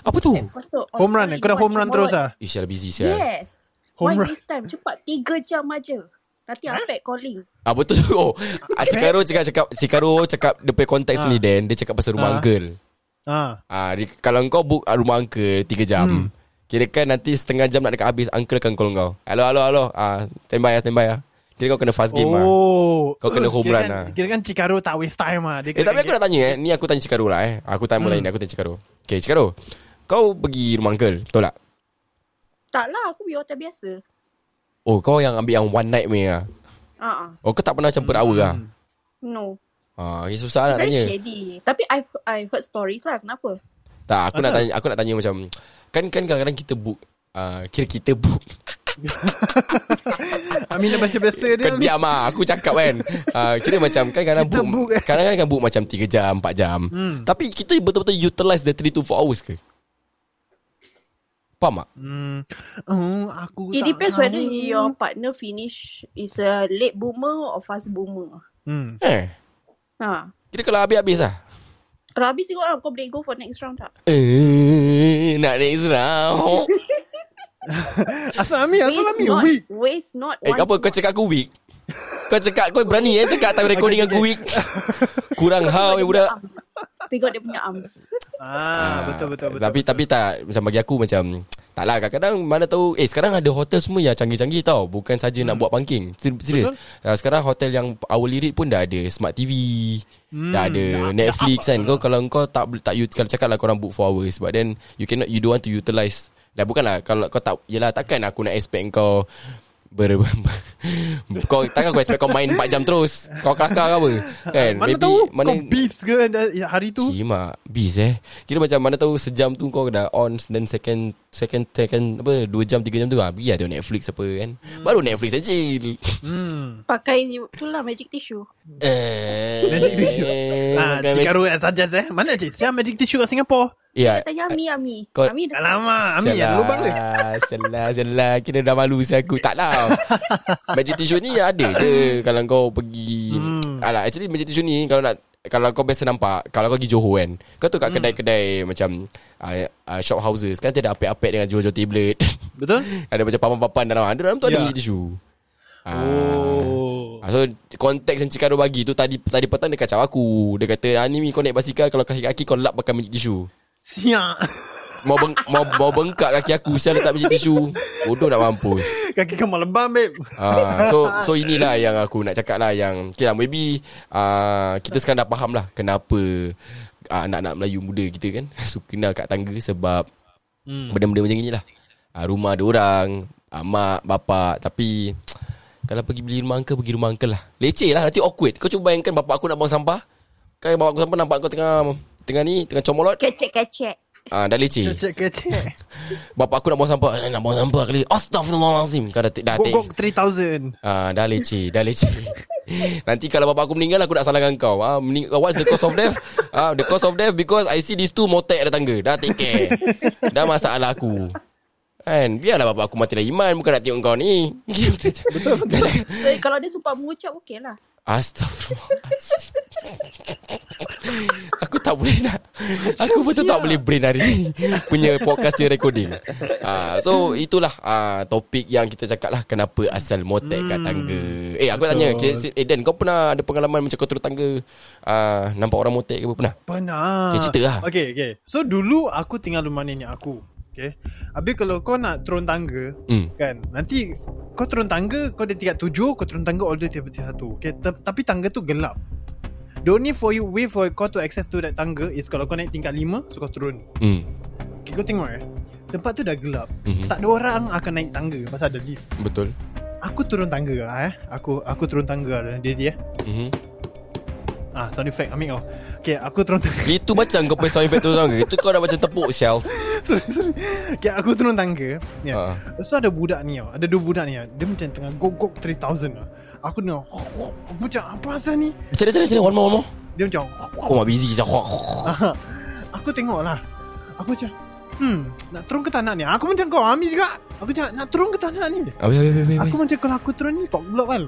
S5: Apa tu?
S1: Lepas tu, on
S4: home run eh?
S1: three,
S4: Kau dah
S1: one,
S4: home run
S1: comolot.
S4: terus ah.
S5: Ish, dah busy sial. Kan. Yeah.
S1: Yes
S4: Home
S1: Why
S4: run.
S1: this time Cepat 3 jam aja Nanti Afek calling
S5: Ah betul tu. Oh, ah, Cikaro cakap cakap Cikaro cakap depan konteks
S4: Ah.
S5: ni Dan, dia cakap pasal
S4: Ah.
S5: rumah uncle.
S4: Ah.
S5: Ah di, kalau kau book ah, rumah uncle 3 jam. Kira kan nanti setengah jam nak dekat habis uncle akan call kau. Hello hello hello. Ah standby ah standby ah. Kira kau kena fast game ah.
S4: oh.
S5: Kau kena home
S4: Kira
S5: run
S4: kan-
S5: lah.
S4: Kira kan Cikaru tak waste time ah. Dia
S5: Eh tapi
S4: kira-
S5: aku nak tanya eh. Ni aku tanya Cikaro lah eh. Aku tanya hmm. lain aku tanya Cikaro. Okay Cikaro. Kau pergi rumah uncle, betul tak?
S1: Tak lah Aku pergi hotel biasa
S5: Oh kau yang ambil yang one night punya lah.
S1: Ah, uh
S5: Oh kau tak pernah macam per hour lah.
S1: No
S5: Ah, eh, susah nak
S1: Very
S5: tanya.
S1: shady Tapi I I heard stories lah Kenapa
S5: Tak, aku nak
S4: Asal?
S5: tanya aku nak tanya macam kan kan kadang-kadang kita book uh, kira kita book
S4: Aminah baca biasa dia.
S5: kau diam ah aku cakap kan uh, kira macam kan kadang
S4: Kita
S5: book,
S4: book, eh.
S5: kadang-kadang kan book macam 3 jam 4 jam
S4: Hmm.
S5: tapi kita betul-betul utilize the 3 to 4 hours ke faham tak
S4: Hmm. Oh, aku
S1: It
S4: tak
S1: depends
S4: tahu.
S1: whether your partner finish Is a late boomer Or fast boomer
S4: Hmm.
S5: eh
S1: Ha
S5: kira kalau habis-habis lah
S1: Kalau habis tengok lah Kau boleh go for next round tak
S5: eh, nak next round
S4: Asal Ami, asal
S1: Waste
S4: Ami
S1: not
S4: weak.
S1: Waste not
S5: eh
S1: once
S5: apa kau
S1: more.
S5: cakap aku weak kau cakap kau berani eh cakap time recording aku weak kurang
S1: Tengok
S5: hal eh,
S1: dia punya
S5: budak
S1: arms. Tengok dia punya arms
S4: Ah, betul betul betul.
S5: Tapi
S4: betul.
S5: tapi tak macam bagi aku macam tak lah kadang-kadang mana tahu eh sekarang ada hotel semua yang canggih-canggih tau bukan saja
S4: Hmm.
S5: nak buat banking Ser- serius uh, sekarang hotel yang hourly rate pun dah ada smart TV
S4: Hmm.
S5: dah ada Netflix kan kau kalau kau tak boleh- tak ut- kalau cakap lah korang book for hours but lah. then you cannot you don't want to utilize lah bukanlah kalau kau tak yelah takkan aku nak expect kau ber, Kau takkan kau expect kau main 4 jam terus Kau kelakar ke apa Kan
S4: Mana tahu kau beast ke da- hari tu?
S5: Cima Bis eh Kira macam mana tahu Sejam tu kau dah on Then second Second Second Apa Dua jam tiga jam tu ah, Biar tengok Netflix apa kan Baru Netflix and chill
S4: Hmm.
S1: Pakai ni tu lah magic tissue.
S5: Eh
S4: Magic tissue. Ah,
S5: bukan
S4: Cik
S5: magic-
S4: Aru suggest eh. Mana Cik Siam magic tissue kat Singapore?
S5: Ya
S1: Tanya Ami Ami.
S5: Kau-
S1: Ami dah
S4: Alamak, Ami
S5: lah.
S4: yang lubang dia.
S5: Salah Salah Kira dah malu saya aku Tak lah Magic tissue ni ada je Kalau kau pergi
S4: Hmm.
S5: Alah actually magic tissue ni Kalau nak kalau kau biasa nampak Kalau kau pergi Johor kan Kau
S4: Hmm.
S5: tu kat kedai-kedai Macam uh, uh, Shop houses Kan dia ada apek-apek Dengan jual-jual tablet
S4: Betul?
S5: Ada macam papan-papan dalam Ada dalam tu ada
S4: Ya.
S5: magic tissue Ah.
S4: Oh.
S5: Ah, So konteks yang Cikaro bagi tu Tadi tadi petang dia kacau aku Dia kata ah, ni ni kau naik basikal Kalau kaki kaki kau lap pakai magic tissue
S4: Siap.
S5: Mau, beng, mau, mau bengkak kaki aku Sial letak magic tissue Bodoh nak mampus
S4: Kaki kau melebam, babe.
S5: ah, So so inilah yang aku nak cakap lah Yang okay lah maybe ah, Kita sekarang dah faham lah Kenapa ah, Anak-anak Melayu muda kita kan Suka kenal kat tangga Sebab
S4: Hmm.
S5: Benda-benda macam ni lah uh, Rumah ada orang uh, Mak, bapak Tapi Kalau pergi beli rumah uncle Pergi rumah uncle lah Leceh lah Nanti awkward Kau cuba bayangkan Bapak aku nak buang sampah Kan bapak aku sampah Nampak kau tengah Tengah ni Tengah comolot
S1: kecek-kecek.
S5: ah, Dah leceh
S4: Kecek-kecek.
S5: Bapak aku nak buang sampah eh, Nak buang sampah kali Astaghfirullahalazim Kau dah, dah take
S4: Gok-gok 3000.
S5: Ah, dah leceh, dah leceh. Nanti kalau bapak aku meninggal aku nak salahkan kau. Ah, mening- what's the cause of death? Ah, the cause of death because I see these two motek ada tangga. Dah take care. dah masalah aku. Kan, biarlah bapak aku mati dah iman bukan nak tengok kau ni. Betul.
S1: Eh, kalau dia sempat mengucap okey lah.
S5: Astagfirullahaladzim Aku tak boleh nak Aku betul tak boleh brain hari ni Punya podcast dia recording Ah, So itulah ah, Topik yang kita cakap lah Kenapa asal motek
S4: Hmm.
S5: kat tangga Eh aku nak tanya okay, Eh Dan kau pernah ada pengalaman Macam kau turun tangga ah, Nampak orang motek ke apa Pernah
S4: Pernah.
S5: Eh, cerita lah.
S4: Okay, okay. So, dulu aku tinggal rumah nenek aku. Okay. Habis kalau kau nak turun tangga,
S5: hmm.
S4: kan, nanti kau turun tangga, kau ada tingkat tujuh, kau turun tangga all the way tiba satu. Okay, te- tapi tangga tu gelap. The only for you way for kau to access to that tangga is kalau kau naik tingkat lima, so kau turun.
S5: Hmm.
S4: Okay, kau tengok eh. Tempat tu dah gelap.
S5: Mhm.
S4: Tak ada orang akan naik tangga pasal ada lift.
S5: Betul
S4: Aku turun tangga lah eh. Aku aku turun tangga lah dia dia.
S5: Mhm.
S4: Ah, sound effect ambil kau. Okay, aku turun tangga.
S5: Itu macam kau punya sound effect turun tangga Itu kau dah macam tepuk shells
S4: okay, aku turun tangga. Ya.
S5: Ah.
S4: So ada budak ni tau Ada dua budak ni tau Dia macam tengah gok-gok 3000 tau Aku dengar "Hok, hok." Aku macam apa asal ni
S5: Macam mana macam mana macam mana? One more one more
S4: Dia macam "Hok, hok."
S5: Oh mak busy Macam
S4: Ah. Aku tengok lah Aku macam Hmm Nak turun ke tak nak ni Aku macam kau Ami juga Aku macam nak turun ke tak nak ni
S5: Habis habis habis habis
S4: Aku macam kalau aku turun ni Tok blok kan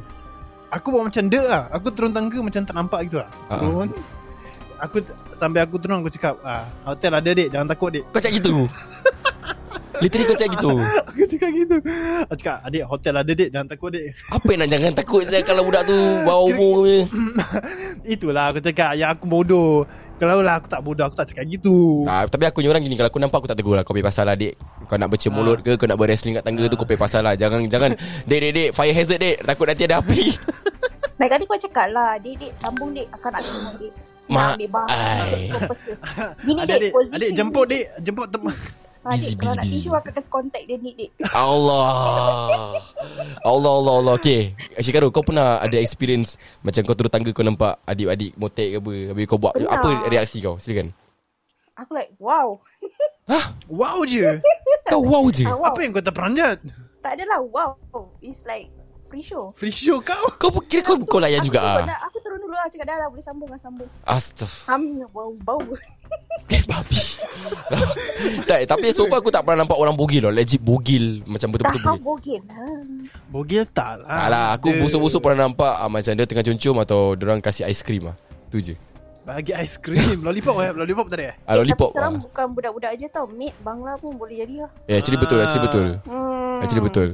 S4: Aku buat macam dek lah Aku turun tangga macam tak nampak gitu lah
S5: Ah.
S4: Turun Aku Sampai aku turun aku cakap ah, Hotel ada dek Jangan takut dek
S5: Kau cakap gitu Literally kau cakap gitu
S4: Aku cakap gitu Aku cakap adik hotel ada dek Jangan takut dek
S5: Apa yang nak jangan takut saya Kalau budak tu Bawa umur punya
S4: Itulah aku cakap Yang aku bodoh Kalau lah aku tak bodoh Aku tak cakap gitu
S5: ah, Tapi aku ni orang gini Kalau aku nampak aku tak tegur lah Kau pergi pasal lah dek Kau nak bercik mulut ke Kau nak berwrestling kat tangga tu Kau pergi pasal lah Jangan jangan Dek dek dek Fire hazard dek Takut nanti ada api
S1: Naik kali kau cakap lah, dek dek sambung dek akan nak tengok dek.
S5: Mak,
S1: Nak ambil bahan.
S5: ai.
S1: Kau persis. Gini dek,
S4: Adik, adik,
S1: position.
S4: adik jemput dek Jemput teman
S1: Ah,
S5: Busy,
S1: dek, kalau
S5: busy,
S1: nak
S5: busy.
S1: issue akan kasi contact dia ni dek.
S5: Allah Allah Allah Allah Okay Shikaru kau pernah ada experience Macam kau turun tangga Kau nampak adik-adik motek ke apa Habis kau buat
S1: Pernah.
S5: Apa reaksi kau Silakan
S1: Aku like, wow.
S4: Wow je
S5: Kau wow je
S1: Ah, wow.
S4: Apa yang kau terperanjat
S1: Tak adalah wow. It's like free show.
S4: Free show kau
S5: Kau kira Eh, kau, kau layan
S1: Aku
S5: juga
S1: pun
S5: ah.
S1: nak- Aku turun dulu lah Cakap dah lah Boleh sambung lah sambung
S5: Astaghfirullah
S1: Ham bau bau
S5: Eh, babi tak, eh, Tapi so far aku tak pernah nampak orang bogil loh Legit bogil Macam
S1: Dah
S5: betul-betul
S1: ham
S5: bogil
S1: bogel ha.
S4: Bogil tak lah
S5: Tak lah Aku
S4: Dia
S5: busuk-busuk pernah nampak ah, Macam dia tengah cuncum Atau orang kasih aiskrim ah. Tu je
S4: Bagi aiskrim Lollipop eh Lollipop tak ada eh
S5: ah, Lollipop
S1: Tapi sekarang
S5: ah.
S1: bukan budak-budak je tau Mate bangla pun boleh jadi lah
S5: Eh, actually betul Actually betul
S1: hmm.
S5: Actually betul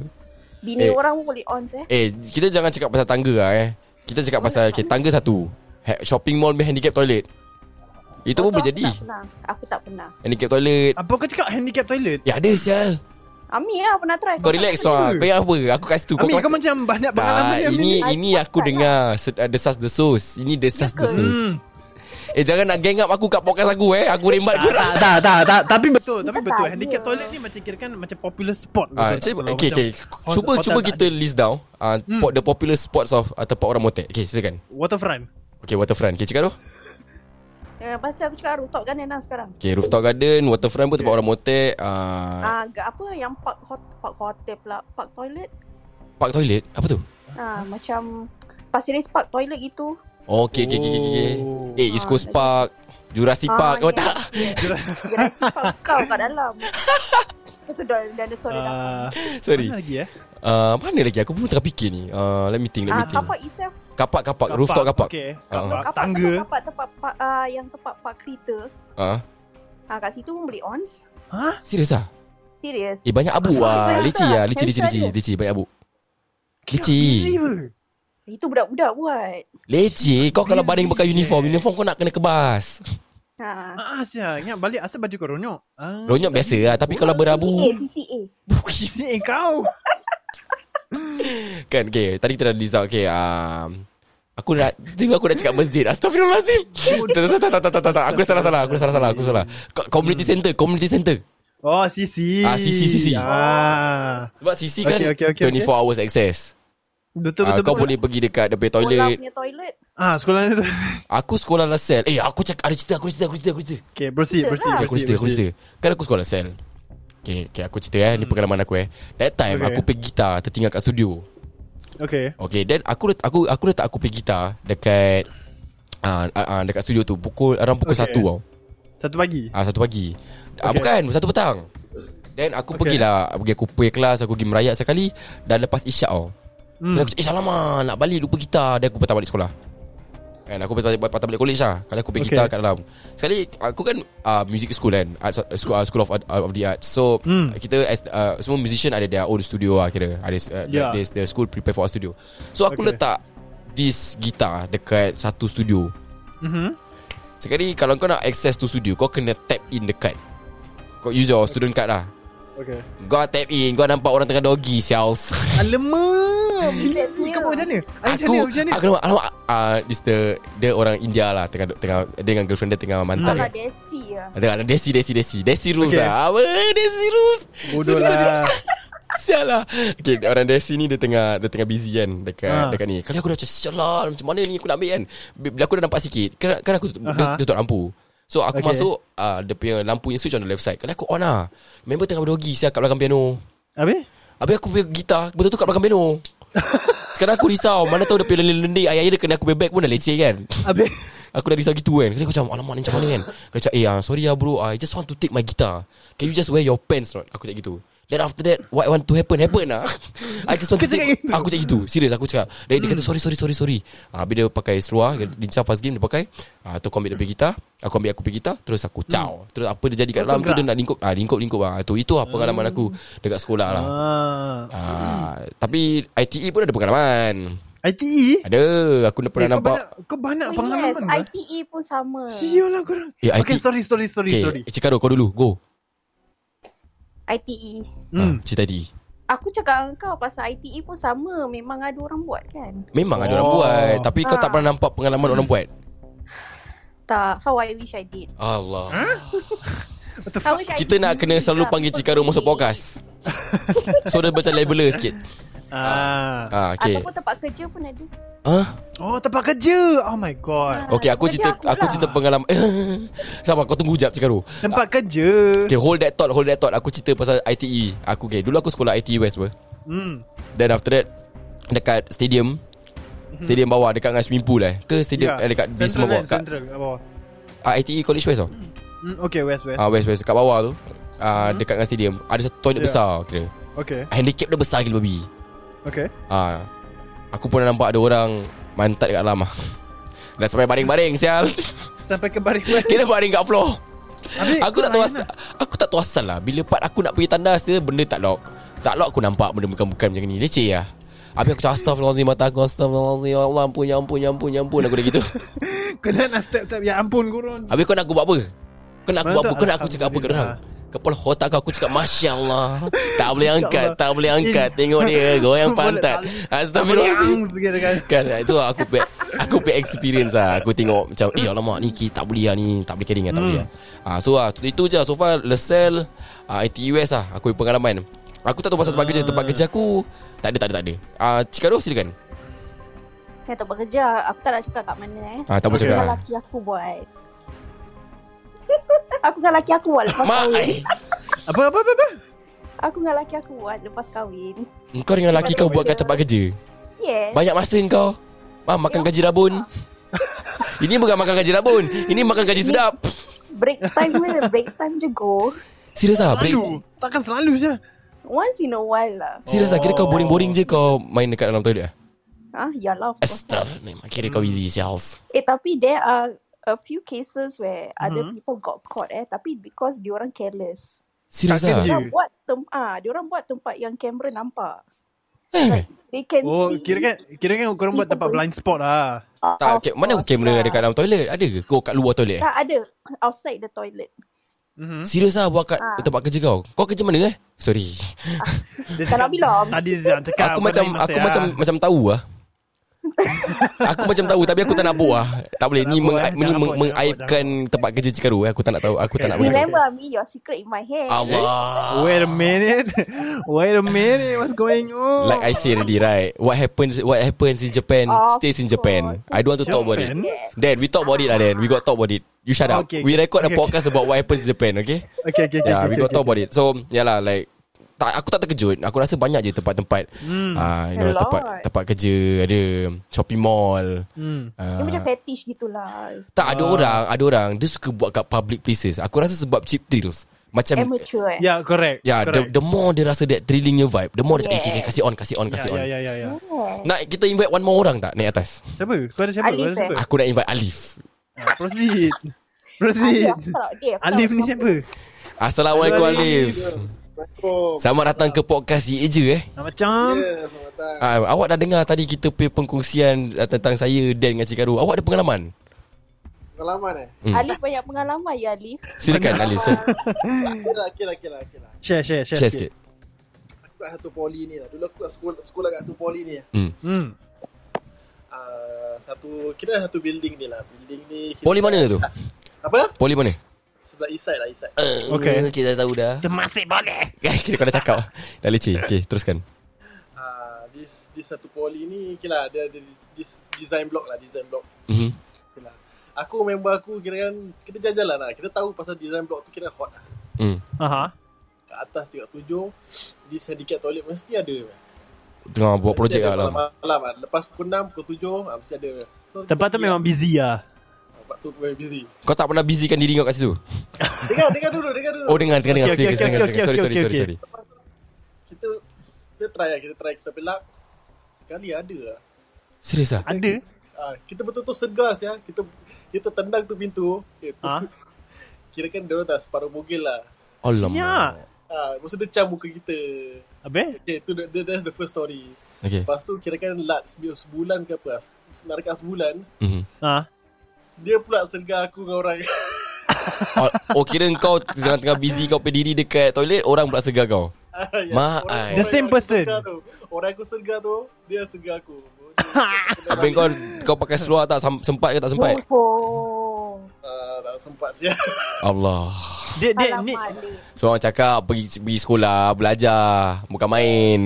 S5: Eh.
S1: Bini orang pun boleh ons eh
S5: Eh kita jangan cakap pasal tangga lah eh Kita cakap pasal okay, Tangga satu Ha- Shopping mall punya handicap toilet Itu
S1: Kau
S5: pun
S1: tahu
S5: boleh jadi
S1: Aku tak pernah Aku tak pernah
S5: Handicap toilet
S4: Apa kau cakap handicap toilet
S5: Ya ada sial
S1: Ami lah pernah try
S5: Kau relax lah
S4: Apa?
S5: Kau yang apa Aku kat situ
S4: Ami
S5: kelakar-
S4: kau macam banyak pengalaman
S5: Tak,
S4: yang
S5: ini
S1: ni.
S5: ini aku
S1: Pasal
S5: dengar se- uh, desas desus. Ini desas
S1: Ya ke?
S5: desus.
S4: Hmm.
S5: Eh jangan nak gang up aku kat podcast aku eh. Aku rembat
S4: Tak, tak,
S5: korang.
S4: tak, tak, tak, Tapi betul, tapi betul.
S1: tak
S4: Handicap
S1: ada.
S4: toilet ni macam kira kan macam popular spot.
S5: Ah,
S4: betul tak?
S5: cuba,
S4: Kalau
S5: okay,
S4: macam
S5: okay.
S4: hotel-
S5: Cuba
S4: hotel
S5: cuba
S4: tak
S5: kita
S4: ada.
S5: list down uh,
S4: Hmm.
S5: the popular spots of uh, tempat orang motek. Okay, silakan.
S4: Waterfront.
S5: Okay, waterfront. Okay, cakap tu.
S1: Eh, pasal aku cakap rooftop garden lah sekarang.
S5: Okay, rooftop garden, waterfront pun tempat orang motek. Uh,
S1: Ah, uh, apa yang park hot, park hotel pula, park toilet.
S5: park toilet. Apa tu?
S1: Ah, macam Pasir Ris park toilet gitu.
S5: Oh, okay, okay, okay, okay, okay.
S4: Oh.
S5: Eh, East Coast
S1: Ah,
S5: Park. Jurassic
S1: Ah,
S5: Park. Oh,
S1: yeah.
S5: tak.
S1: Jurassic Park kau kat dalam. Itu tu dan dinosaur dia datang.
S4: Ah,
S5: Sorry.
S4: mana lagi eh?
S5: Uh, mana lagi? Aku pun tengah fikir ni. Uh, let me think, let
S1: Ah,
S5: me
S1: uh,
S5: think.
S1: kapak itself.
S5: Kapak, kapak. Rooftop kapak.
S4: Okay.
S5: Ah.
S4: Kapak,
S1: Kapak,
S4: tangga.
S1: Kapak tempat park, ah, yang tempat park kereta.
S5: Ah,
S1: Ah, kat situ pun boleh ons.
S4: Hah?
S5: serius ah?
S1: Serius.
S5: Eh, banyak abu ah.
S1: Ah,
S5: Leci
S1: tak.
S5: ah. Leci, leci, leci.
S1: Cancel
S5: Leci, banyak abu.
S4: Busy
S5: Leci.
S4: ke?
S1: Itu budak-budak buat.
S5: Leci. Kau kalau
S4: Busy
S5: baring pakai
S4: je.
S5: uniform, uniform kau nak kena kebas.
S1: Ha.
S4: Ah, siap. Ingat balik asal baju kau ronyok. Ah,
S5: Ronyok biasa lah. Tapi kalau
S1: CCA,
S5: berabu,
S1: CCA.
S4: Busy eh, kau.
S5: Kan okay Tadi kita dah list out Okay um, Aku nak Tiba aku nak cakap masjid Astaghfirullahalazim Tak tak tak tak tak tak tak tak Aku salah salah Aku salah salah Aku salah Co- Community
S4: Hmm.
S5: center Community center
S4: Oh, CC.
S5: Ah, CC.
S4: Ah.
S5: Sebab CC kan
S4: Okay, okay, okay,
S5: 24 hours access
S4: Betul,
S5: Ah,
S4: betul,
S5: Kau
S4: betul.
S5: boleh pergi dekat Depan
S1: Sekolah
S5: toilet
S1: punya toilet.
S4: Ah, sekolah ni tu.
S5: Aku sekolah lah sel Eh aku cakap Ada cerita Aku cerita Aku cerita Aku cerita
S4: Okay, proceed,
S1: Betul
S4: proceed,
S1: lah.
S5: Aku
S4: proceed.
S5: cerita Aku cerita Kan aku sekolah sel Okay, okay aku cerita eh
S4: Hmm.
S5: Ni pengalaman aku eh That time
S4: Okay.
S5: aku pergi gitar Tertinggal kat studio
S4: Okay.
S5: Okay then aku letak, aku aku letak aku pergi gitar dekat ah uh, uh, dekat studio tu pukul around pukul
S4: Okay.
S5: 1 tau.
S4: Satu pagi.
S5: Ah satu pagi. Ah
S4: Okay.
S5: bukan, satu petang. Then aku
S4: Okay.
S5: pergilah, pergi aku pergi kelas, aku pergi merayap sekali dan lepas isyak tau.
S4: Hmm.
S5: Hmm. Aku cakap, "Eh, lama nak balik lupa gitar." Then aku patah balik sekolah. Kan aku patah, patah balik college lah Kali aku pergi
S4: Okay.
S5: okay. gitar kat dalam Sekali aku kan uh, Music school kan Arts, uh, school, uh, school of, Art- of the Arts So
S4: Hmm.
S5: hmm. Kita as, uh, Semua musician ada their own studio lah kira Ada uh,
S4: Yeah.
S5: yeah. the, the school prepare for our studio So aku
S4: Okay.
S5: okay. letak This gitar Dekat satu studio
S4: Mhm.
S5: Sekali kalau kau nak access to studio Kau kena tap in dekat Kau use your student card lah
S4: Okay.
S5: Kau tap in Kau nampak orang tengah dogi Sials
S4: Alamak, busy
S1: Busy
S4: kau
S1: kau
S4: buat macam mana? Ah, Macam
S5: Eh. Aku
S4: mana, macam mana?
S5: Aku nampak Alamak uh, This the Dia orang India lah Tengah tengah Dia dengan girlfriend dia Tengah mantap
S1: Alah,
S5: kan
S1: desi lah.
S5: Tengah ada Desi Desi Desi Desi rules
S4: Okay.
S5: lah Apa Desi rules
S4: Bodoh lah.
S5: Sial lah Okay orang Desi ni Dia tengah Dia tengah busy kan Dekat
S4: Ah.
S5: dekat ni Kali aku dah macam Sial lah Macam mana ni aku nak ambil kan Bila aku dah nampak sikit Kan, kan aku tutup,
S4: Aha.
S5: dia, tutup lampu So
S4: Okay.
S5: aku okay. masuk uh, Dia punya lampu yang switch On the left side Kali aku on lah Member tengah berdogi Sial kat belakang piano
S4: Habis?
S5: Habis aku punya gitar Betul tu kat belakang piano Sekarang aku risau Mana tahu dia punya lendir Ayah-ayah dia kena aku punya bag pun dah leceh kan
S4: Habis?
S5: Aku dah risau gitu kan Kali aku macam Alamak ni macam mana kan Aku cakap Eh ah, sorry lah bro I just want to take my guitar Can you just wear your pants not Aku cakap gitu Then after that What I want to happen Happen lah I just want to
S4: Kau cakap
S5: take
S4: gitu? Hmm.
S5: Aku cakap gitu Serius aku cakap Then dia kata sorry sorry sorry sorry ah, Habis dia pakai seluar Lincah fast game dia pakai ah, Terus aku ambil dia punya gitar Aku ambil aku punya gitar Terus aku
S4: Hmm.
S5: caw Terus apa dia jadi kat
S4: Kau
S5: dalam tu
S4: tenggerak.
S5: Dia nak lingkup ah, Lingkup-lingkup lah tu, Itu lah pengalaman aku Dekat sekolah lah
S4: Hmm. Ah.
S5: Ah, tapi ITE pun ada pengalaman.
S4: Ah. ITE?
S5: Ada, aku dah
S4: E?
S5: pernah
S4: Eh, kau
S5: nampak.
S4: banyak- Kau banyak
S1: Oh,
S4: pengalaman lah.
S1: yes, ITE pun sama.
S4: Sial lah korang.
S5: Eh,
S4: Okay,
S5: ITE
S4: story, story, story,
S5: Okay,
S4: story.
S5: eh, Cikaro kau dulu, go.
S1: ITE.
S5: Hmm.
S4: Hmm.
S5: Ha, cerita ITE.
S1: E. Aku cakap dengan kau pasal ITE pun sama. Memang ada orang buat kan?
S5: Memang ada
S4: Oh.
S5: orang buat, tapi kau
S1: Ah.
S5: tak pernah nampak pengalaman orang buat.
S1: Tak. How I wish I did.
S5: Allah.
S4: Hmm. What the
S1: How
S4: fuck?
S1: wish I
S5: Kita
S1: did.
S5: nak kena selalu
S1: Ah,
S5: panggil
S1: because
S5: Cikaro masuk
S1: ITE.
S5: podcast. so dia macam leveler sikit.
S4: Ah.
S5: Ah, okay.
S1: Ataupun tempat kerja pun ada.
S5: Ah,
S4: Oh, tempat kerja. Oh my god.
S5: okay, aku
S1: Kerja
S5: cerita
S1: akulah.
S4: lah.
S5: aku cerita pengalaman. Sabar, kau tunggu jap Cikaro.
S4: Tempat kerja.
S5: Okay, hold that thought, hold that thought. Aku cerita pasal ITE. Aku okay, dulu aku sekolah ITE West ber.
S4: Hmm.
S5: Then after that Dekat stadium Stadium bawah Dekat dengan swimming pool eh Ke stadium
S4: Hmm. Ya.
S5: yeah. eh, Dekat di semua
S4: Central
S5: bawah
S4: kan,
S5: Kat
S4: Central. kat bawah.
S5: uh, ITE College West tau
S4: Hmm, okay, west, west.
S5: Ah West West Dekat bawah tu uh, Dekat dengan stadium Ada satu toilet
S4: Hmm. Ya.
S5: besar kira
S4: Okay,
S5: Handicap dia besar gila babi
S4: okay.
S5: Ah, Aku pernah nampak ada orang Mantat dekat dalam ah. Dah sampai baring-baring sial
S4: Sampai ke baring-baring.
S5: Kira baring kat floor
S4: Habis, Eh,
S5: Aku tak
S4: kau lah.
S5: tahu
S4: layan
S5: asal, Aku tak tahu asal lah Bila part aku nak pergi tandas dia Benda tak lock Tak lock aku nampak Benda bukan-bukan macam ni Leceh lah Habis aku cakap Astaghfirullahaladzim Mata aku Astaghfirullahaladzim Ya Allah ampun Ya ampun Ya ampun Ya ampun Aku dah gitu
S4: Kau nak nak step-step Ya ampun korang
S5: Habis kau nak aku buat apa? Kau nak aku
S4: Mana
S5: buat
S4: tahu,
S5: apa? Kau nak aku cakap apa kat orang?
S4: Alhamdulillah.
S5: Kepala otak aku, aku cakap Masya Allah Tak boleh angkat Tak boleh angkat Tengok dia Goyang pantat Astagfirullahaladzim
S4: Yang gitu kan.
S5: Kan itu aku pe aku pe experience lah aku tengok macam eh alamak ni kita tak boleh lah ni tak boleh carrying lah tak boleh
S4: Hmm.
S5: lah. Ah so ah itu je so far Lesel ah ITUS lah aku punya pengalaman. Aku tak tahu pasal tempat kerja tempat kerja aku tak ada tak ada tak ada. Ah Cikaro silakan.
S6: Saya tak bekerja Aku tak nak cakap kat mana eh
S5: Ah tak boleh
S4: Okay.
S5: cakap.
S6: Dengan
S5: ah.
S6: laki aku buat eh. Aku dengan laki aku buat Lepas
S5: Mak
S6: kahwin
S5: ai.
S4: Apa apa apa, apa?
S6: Aku dengan laki aku buat Lepas kahwin
S5: Engkau dengan laki kau buat kat tempat kerja.
S6: Yes
S5: Banyak masa engkau. Ah makan gaji rabun. Ini bukan makan gaji rabun. Ini makan gaji sedap.
S6: Break time dia Break time je go
S5: Serius ah break.
S4: Selalu. Takkan selalu je.
S6: Once in a while lah
S5: Serius ah kira
S4: Oh.
S5: kau boring-boring je kau main dekat dalam toilet ah.
S6: Ah, Yalah of course
S5: Astagfirullah Kira kau busy sials
S6: Eh tapi there are A few cases where Other
S4: Hmm.
S6: people got caught eh Tapi because Diorang careless
S5: Serius
S4: Tak
S5: lah
S4: kerja.
S6: Diorang buat tem- ah, Diorang buat tempat Yang kamera nampak
S5: Eh.
S6: Like They can
S4: Oh,
S6: see
S4: kira kan kira kan korang buat tempat blind spot lah.
S6: Ah,
S5: Tak
S6: of
S5: okay, Mana
S6: course
S5: kamera
S6: lah.
S5: ada kat dalam toilet Ada ke kau kat luar toilet eh?
S6: Tak ada Outside the toilet
S4: Mhm.
S5: Serius lah buat kat
S6: Ah.
S5: tempat kerja kau Kau kerja mana eh Sorry
S4: Dia
S6: Tak nak
S4: cakap-
S6: bilang.
S4: Tadi dia nak cakap
S5: Aku
S4: bukan
S5: macam
S4: main masa
S5: Aku
S4: lah.
S5: macam Macam tahu lah aku macam tahu Tapi aku tak nak buat lah Tak boleh
S4: Tak nak
S5: Ni, meng,
S4: buat, eh.
S5: ni
S4: Jangan
S5: meng,
S4: buat,
S5: mengaibkan Tempat kerja Cikaru eh. Aku tak nak tahu Aku tak nak
S4: Okay.
S5: benda tu.
S6: Remember me Your secret in my hand
S5: Ah, Allah
S4: ah. Wait a minute. Wait a minute. What's going on?
S5: Like I say already right What happens What happens in Japan
S6: Oh, Of
S5: Stays in Japan I don't want to talk about it
S4: Japan? Oh,
S5: Dan we talk about it lah Dan We got talk about it You shut up
S4: Okay,
S5: We
S4: okay.
S5: record a
S4: Okay.
S5: podcast about what happens in Japan Okay
S4: Okay, okay, okay.
S5: Yeah,
S4: okay,
S5: we
S4: okay,
S5: got talk about it. So, yeah lah, like tak, aku tak terkejut. Aku rasa banyak je tempat-tempat. Hmm. Uh, you
S6: A
S5: know,
S6: lot.
S5: tempat tempat kerja, ada shopping mall.
S4: Hmm.
S6: Dia
S4: Ah.
S5: Uh,
S6: macam fetish gitulah
S5: tak ada orang, ada orang dia suka buat kat public places. Aku rasa sebab cheap thrills. Macam
S6: Amateur eh
S4: Yeah, correct.
S5: yeah, the,
S4: correct.
S5: the more dia rasa that thrillingnya vibe, the more dia
S6: Yeah.
S5: cakap, "Okay, okay, kasih on, kasih on, kasih on."
S4: yeah, yeah, yeah, yeah.
S6: Yeah.
S5: Nak kita invite one more orang tak naik atas?
S4: Siapa? Kau ada siapa?
S6: Alif,
S4: Kau ada siapa?
S5: Aku nak invite Alif.
S4: Ah, Proceed.
S6: Alif,
S4: Proceed.
S6: aku tak nak dia, aku tak
S4: Alif
S6: nak
S4: ni siapa?
S5: Assalamualaikum
S4: Hello,
S5: Alif. Selamat datang ke podcast Ye Je eh.
S4: Nak macam
S7: Ya,
S5: Ah, awak dah dengar tadi kita punya pengkongsian ah, tentang saya Dan dengan Cik Karu. Awak ada pengalaman?
S7: Pengalaman eh?
S5: Hmm.
S6: Alif banyak pengalaman ya Alif
S5: Silakan Alif. Sir.
S7: Okay lah, okay lah, okay lah, okay lah.
S4: share share share,
S5: Share sikit.
S7: Aku kat satu poli ni lah. Dulu aku kat sekolah, sekolah kat satu poli ni.
S4: Hmm.
S7: Uh, satu, kira satu building ni lah. Building ni... Kira,
S5: Poli mana tu?
S7: Apa?
S5: Poli mana?
S7: Sebelah east side lah, east side.
S4: Okay.
S5: Eh, Kita dah tahu dah.
S4: Kita masih boleh.
S5: Kira kau dah Kan, cakap. Dah leceh. Okay, teruskan.
S7: Uh, this, this satu poli ni, okay lah, dia ada this design block lah, design block.
S5: Mhm.
S7: Okay lah. Aku member aku kira kan, kita jalan-jalan lah. Kita tahu pasal design block tu kira hot lah.
S5: Hmm.
S4: Aha.
S7: Kat atas tingkat tujuh, this handicap toilet mesti ada.
S5: Tengah buat projek lah. Alam.
S7: Malam, malam lah. Lepas pukul 6, pukul 7, ah, mesti ada. So,
S4: Tempat tu
S7: kita-
S4: memang busy lah.
S7: Tempat tu memang busy.
S5: Kau tak pernah busykan diri kau kat situ?
S7: Dengar, dengar dulu, dengar dulu.
S5: Oh, dengar, dengar, dengar.
S4: Okay, okay, okay,
S5: Silakan, silakan,
S4: okay,
S5: silakan. Sorry,
S4: okay,
S5: sorry,
S4: okay,
S5: sorry,
S4: okay.
S5: sorry.
S7: kita kita try lah, kita try kita pelak sekali ada lah.
S5: Serius ah?
S4: Ada.
S7: Ah, kita betul-betul segas ya. Kita kita tendang tu pintu. Eh, tu,
S4: Ah.
S7: Kira kan dia dah separuh bogel lah.
S4: Siap.
S5: Alamak.
S7: Ah, maksud dia cam muka kita.
S4: Habis?
S7: Okay, tu that, that's the first story.
S5: Okay.
S7: Lepas tu kira kan lat sebu- sebulan ke apa. lah. se- Nak dekat sebulan,
S5: Mhm.
S4: Ah.
S7: dia pula segar aku dengan orang.
S5: Oh, oh, kira kau tengah-tengah busy kau berdiri dekat toilet, orang pula segar kau.
S7: Ya,
S5: Mak
S7: orang-
S5: ai.
S7: orang
S4: The same
S7: yang aku
S4: person.
S7: segar tu. Orang aku segar tu, dia segar aku.
S5: Habis kau kau pakai seluar tak Sam- sempat ke tak sempat?
S6: Oh
S7: Ah, tak sempat je.
S5: Allah.
S4: Dia dia ni
S6: Alamak Alif
S5: So orang cakap pergi pergi sekolah, belajar, bukan main.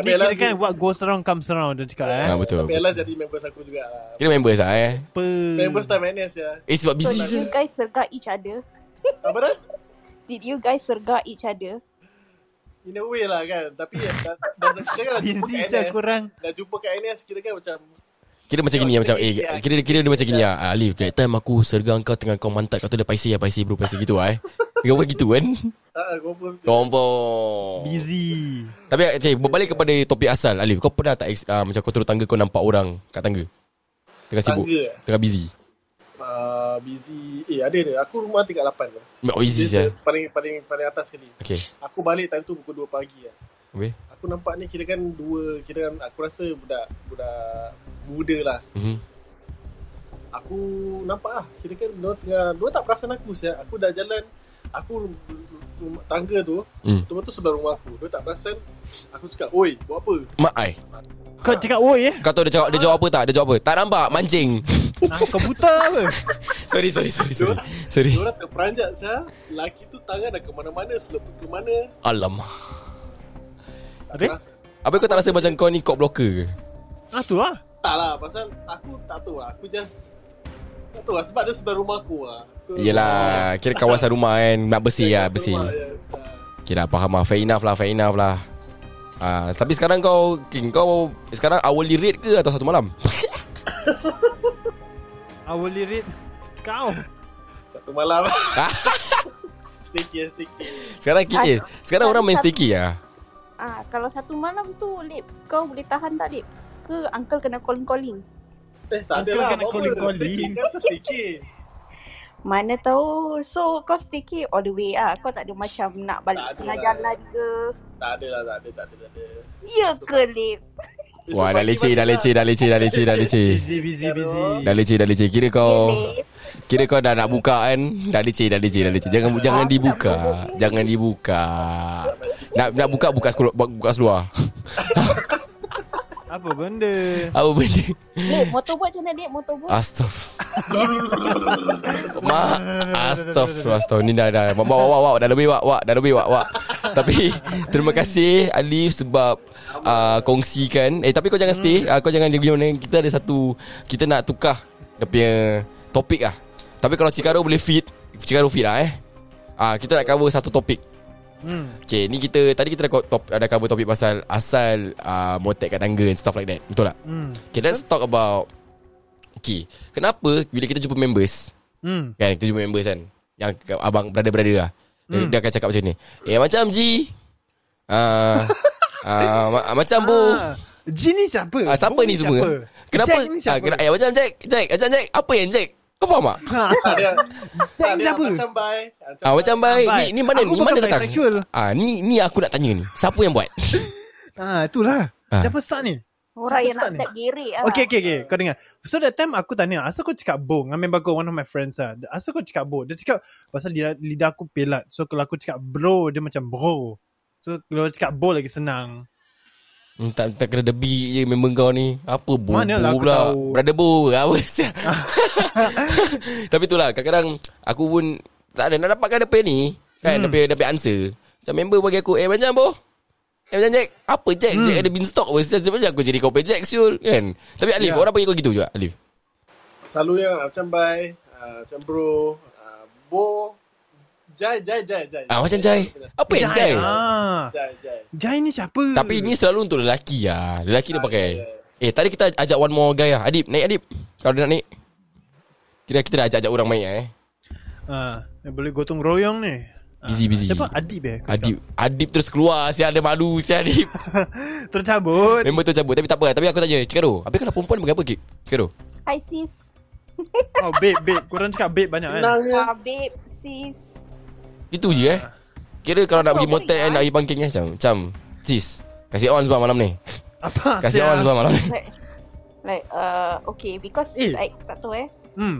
S4: Ni
S7: lah
S4: kira kan what goes around comes around Dia cakap eh
S5: Ah, betul.
S7: Tapi Alas jadi members aku juga lah.
S5: Kira members lah eh.
S4: Apa
S7: Members time NS ya.
S5: Eh sebab
S6: So
S5: busy
S6: did
S5: je.
S6: you guys sergak each other
S7: Apa dah?
S6: Did you guys sergak each other
S7: In a way lah kan. Tapi dah, dah, dah, kita kan dah jumpa
S4: Busy
S7: kat
S4: saya
S7: NS.
S4: korang
S7: Dah jumpa kat NS kira kan macam
S5: Kira macam gini macam eh kira kira dia macam gini ah. Alif, that time aku sergang kau tengah kau mantap kau tu dah paisi ah paisi bro paisi gitu ah eh. Kau buat gitu kan?
S7: ah, confirm mesti.
S5: Kompor.
S4: Busy
S5: Tapi okay, berbalik kepada topik asal Alif, kau pernah tak ex- ah, macam kau turun tangga kau nampak orang kat tangga? Tengah sibuk,
S7: Tangga eh.
S5: tengah busy.
S7: Ah, busy. Eh ada ada. Aku rumah tingkat 8 tu.
S5: Mak busy
S7: Dia
S5: saja.
S7: Paling paling paling atas sekali.
S5: Okay.
S7: Aku balik time tu pukul 2 pagi lah.
S5: Weh.
S7: Aku nampak ni kira kan dua kira kan aku rasa budak budak muda lah.
S5: Mhm.
S7: Aku nampak lah Kira kan Dia tengah Dia tak perasan aku saya. Aku dah jalan Aku rum- rumah tangga tu,
S5: Hmm.
S7: hmm. rumah tu sebelah rumah aku. Dia tak perasan aku cakap, "Oi, buat apa?"
S5: Mak ai.
S4: Kau cakap oi eh
S5: Kau tahu dia jawab, dia jawab apa tak? Dia jawab apa? Tak nampak, mancing.
S4: ah, Kau buta apa
S5: sorry, sorry, sorry, sorry. Sorry.
S7: Dia orang terperanjat saya. Laki tu tangan dah ke mana-mana, selepas ke mana.
S5: Alam.
S7: Tak
S4: Habis?
S7: rasa.
S5: Apa kau tak rasa macam kau ni cop blocker ke?
S4: Ah tu lah
S7: Tak lah, pasal aku tak tahu lah. Aku just tak tahu lah sebab dia sebelah rumah aku lah. So,
S5: Yelah, kira kawasan rumah kan Nak bersih lah, bersih
S7: Rumah, yes, ah.
S5: Kira faham lah, fair enough lah, fair enough lah Ah, tapi sekarang kau King, kau sekarang hourly rate ke atau satu malam?
S4: Hourly rate Kau
S7: Satu malam. eh, Staycay, staycay.
S5: Sekarang kita eh, Sekarang orang main sticky lah
S6: Ah, kalau satu malam tu, Lip, kau boleh tahan tak, Lip? Ke uncle kena calling-calling?
S7: Eh, tak ada
S4: Uncle
S7: lah.
S4: kena
S7: buat apa.
S4: calling-calling.
S7: Staycay kan atas staycay.
S6: Mana tahu. So, kau staycay all the way ah. Kau tak ada macam nak
S7: Tak ada
S6: balik tengah
S7: lah.
S6: jalan ke.
S7: Tak ada lah, tak ada, tak ada, tak ada.
S6: Ya ke, Lip?
S5: Wah, dah leceh, dah
S7: lah.
S5: leceh, dah leceh, dah leceh, dah leceh
S4: Busy busy busy
S5: Dah leceh, dah leceh Kira
S4: Oh.
S5: kau
S6: Ya, Lip.
S5: Kira kau dah nak buka kan Dah leceh, dah leceh, dah leceh Jangan jangan dibuka Jangan dibuka Nak nak buka, buka seluar, buka seluar.
S4: Apa benda
S5: Apa benda?
S6: Lip, motorboat macam mana, Lip?
S4: Ah,
S6: Motorboat?
S5: Astagf Mak Astagfirullah Astagfirullah Ni dah dah Wak wak wak wak Dah lebih wak wak Dah lebih wak wak Tapi Terima kasih Alif sebab uh, Kongsikan Eh tapi kau jangan stay uh, Kau jangan pergi mana Kita ada satu Kita nak tukar Dia punya Topik lah Tapi kalau Cikaro boleh fit Cikaro fit lah eh Ah uh, Kita nak cover satu topik
S4: hmm.
S5: Okay ni kita Tadi kita dah, co- top, dah cover topik pasal Asal uh, Motek kat tangga And stuff like that Betul tak?
S4: Hmm.
S5: Okay let's talk about Okay Kenapa Bila kita jumpa members
S4: Hmm.
S5: Kan kita jumpa members kan Yang ke- abang Brother-brother lah dia,
S4: Hmm.
S5: dia akan cakap macam ni Eh macam Ji Ah, ah, ma- ah, Macam Bu
S4: Ah, G ni siapa?
S5: ah, Siapa
S4: Bo
S5: ni semua Kenapa
S4: Jack ni
S5: ah,
S4: siapa?
S5: kena, eh, Macam Jack Jack Macam Jack Apa yang Jack Kau faham tak
S4: Ha,
S7: Tak ada.
S4: Jack
S7: Tak
S4: ni
S7: ada. lah,
S4: siapa?
S7: Macam bye.
S5: ah, Macam baik
S4: Bye.
S5: ni, ni mana
S4: Aku
S5: ni mana
S4: bukan
S5: datang
S4: bisexual.
S5: ah, ni, ni aku nak tanya ni Siapa yang buat
S4: Ah, itulah.
S5: Ah.
S4: Siapa start ni?
S6: Orang
S4: Siapa
S6: yang nak
S4: start ni?
S6: step gerik ah.
S4: Okay, okay, okay. Kau dengar. So that time aku tanya, asal kau cakap bo? I remember kau one of my friends lah. Asal kau cakap bo? Dia cakap, pasal lidah, lidah aku pelat. So kalau aku cakap bro, dia macam bro. So kalau cakap bo lagi senang.
S5: Hmm, tak, tak kena debi je member kau ni Apa bu,
S4: Mana lah
S5: bu
S4: aku
S5: pula
S4: tahu.
S5: Brother bu Apa sial. Tapi itulah Kadang-kadang Aku pun Tak ada nak dapatkan dia punya ni Kan hmm. dia, punya, dia punya answer Macam member bagi aku Eh macam bu Eh macam Jack Apa Jack hmm. Jack ada beanstalk apa Sial, Macam aku jadi kau punya Jack siul Kan Tapi Alif
S4: Ya.
S5: Orang panggil kau gitu juga Alif
S7: Selalu yang macam bye. ah, Macam bro. ah, Bo. Jai, jai, jai, jai.
S5: ah, Macam Jai Apa yang Jai,
S4: Ah.
S7: Jai, jai.
S4: Jai ni siapa?
S5: Tapi ni selalu untuk lelaki lah Lelaki dia
S7: Ah,
S5: pakai
S7: ya,
S5: Eh tadi kita ajak one more guy lah Adib naik Adib Kalau dia nak naik Kira kita dah ajak-ajak orang main lah eh
S4: Ah, eh, boleh gotong royong ni. Ah,
S5: Busy, busy.
S4: Siapa? Adib eh? kau
S5: Adib Adib terus keluar Sial ada malu Sial Adib
S4: cakap. Tercabut.
S5: Member tu cabut Tapi tak apa lah. Tapi aku tanya Cikaro Habis kalau perempuan pakai apa Kik? Cikaro
S6: Hi, sis.
S4: Oh, babe, babe. Korang cakap babe banyak kan?
S7: Senang je.
S6: Ah, babe, sis.
S5: Itu je eh Kira kalau nak pergi motel eh, Nak pergi banking eh Macam Macam Sis Kasih on sebab malam ni
S4: Apa?
S5: Kasih
S4: Ah, sial?
S5: on sebab malam ni
S6: Like, like uh, okay, because
S4: Eh.
S6: like, tak tahu eh.
S4: Hmm.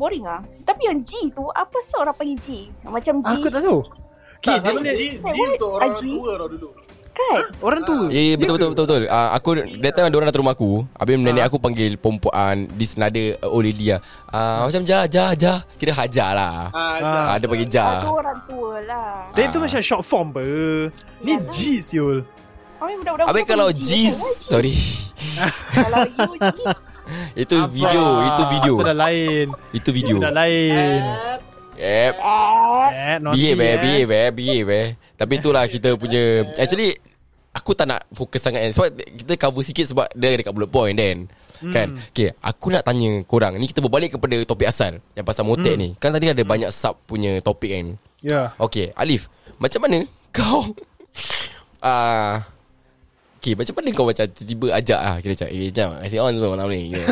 S6: Boring ah. Tapi yang G tu, apa sah orang panggil G? Macam G
S4: Aku tak tahu.
S7: Tak,
S4: Okay,
S7: selalu
S4: dia,
S7: G, G
S6: Wait,
S7: untuk orang
S6: Haji?
S7: tua tau dulu.
S6: kan?
S4: orang tua.
S5: Ya yeah,
S4: Ya ke? Ah.
S5: betul, betul betul betul. Ah aku that time ada orang datang rumah aku. Habis nenek aku panggil perempuan di senada uh, old lady ah. Ah macam ja ja ja. Kira hajar lah.
S7: Ah,
S4: Ah.
S5: Ah, dia panggil ja.
S6: Ada orang tua lah.
S4: Dia tu
S5: Ah.
S4: macam short form ber. Ni
S6: Yalah.
S4: G siul.
S6: Habis budak-budak
S5: Habis
S6: muda
S5: kalau
S6: panggil
S5: jis
S6: kan?
S5: sorry.
S6: Kalau you jis.
S5: Itu video,
S4: Ah.
S5: itu video.
S4: Itu dah lain.
S5: Itu
S4: Itu
S5: video.
S4: dah lain.
S5: Yep.
S4: Eh, naughty,
S5: Behave eh,
S4: eh.
S5: behave eh, behave eh. Tapi itulah kita punya Actually Aku tak nak fokus sangat kan Sebab kita cover sikit Sebab dia dekat bullet point then hmm. Kan Okay Aku nak tanya korang Ni kita berbalik kepada topik asal Yang pasal motek hmm. ni Kan tadi ada banyak sub punya topik kan
S4: Ya.
S5: Okay Alif Macam mana kau Ah Okay macam mana kau macam Tiba-tiba ajak lah Kira macam Eh jam Asyik on sebelum malam ni Kira.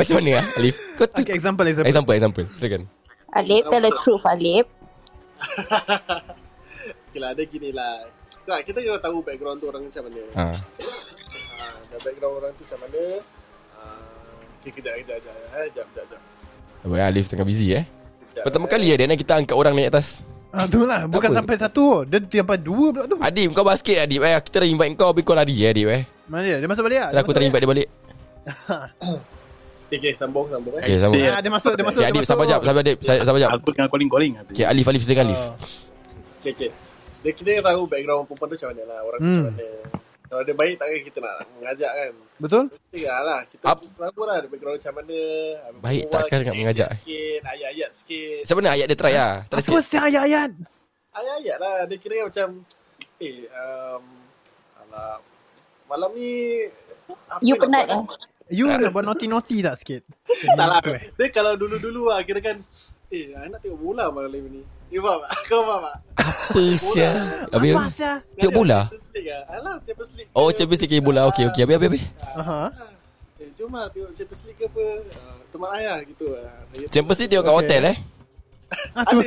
S5: Macam mana lah Alif Kau tu
S4: Okay, example, example.
S5: Example example Silakan
S6: Alip, tell the truth, Alip.
S7: Okay lah, dia gini lah. Tak, kita kena tahu background tu orang macam mana.
S5: ha.
S7: Ah, dah background orang tu macam mana. Ah, okay, kejap, kejap, kejap. Eh, jap, jap, jap.
S5: Abang Alif tengah busy eh
S7: Kejap,
S5: Pertama
S7: eh.
S5: kali ya Dan kita angkat orang naik atas
S4: Ah, tu lah. Bukan
S5: apa.
S4: sampai satu. Dia sampai dua pula tu.
S5: Adib kau basket Adib eh. Kita dah invite kau Habis kau lari eh Adib eh
S4: Mana dia? Dia masuk balik lah.
S5: Terus aku
S4: masuk
S5: try
S4: balik.
S5: invite dia balik
S7: Okay, okay, sambung, sambung eh.
S5: Okay sama
S8: Say-
S5: Okay
S8: dia.
S4: Ah, dia masuk, dia masuk,
S5: Adib
S4: dia masuk.
S5: sabar jap Sabar Adib Sabar sabar jap
S8: Aku tengah calling-calling
S5: Okay Alif Alif silakan Alif
S7: Okay, okay. Dia kita tahu background perempuan tu macam mana lah. Orang
S4: Hmm.
S7: macam mana. Kalau dia baik takkan kita nak mengajak kan.
S4: Betul?
S7: Tengah lah. Kita
S5: Ap-
S7: tahu lah dia background macam mana. habis
S5: Baik
S7: berbual,
S5: takkan nak
S7: kita
S5: mengajak, eh.
S7: Sikit, ayat-ayat sikit.
S5: Macam mana ayat dia try lah Try
S4: Apa
S5: sikit
S4: siang ayat-ayat?
S7: Ayat-ayat lah. Dia kira macam, eh, um, alah, malam ni... apa
S6: You
S7: nak
S6: penat
S7: buat,
S6: eh?
S4: You nak buat naughty-naughty tak sikit? Eh.
S7: Tak lah. Dia kalau dulu-dulu lah, kira kan, eh, I nak tengok bola malam ni. You faham tak? Kau faham tak?
S5: Apa sia Habis
S4: Apa siang?
S5: Tengok bola?
S7: Champions League lah. Alah, Champions League.
S5: Oh Champions League bola Okay okay Habis habis habis
S4: Aha.
S7: Eh, jom lah tengok Champions League ke apa. Ah, teman ayah gitu lah. Saya tu-
S5: Champions League tengok kat
S4: Okay.
S5: hotel eh
S7: Ada.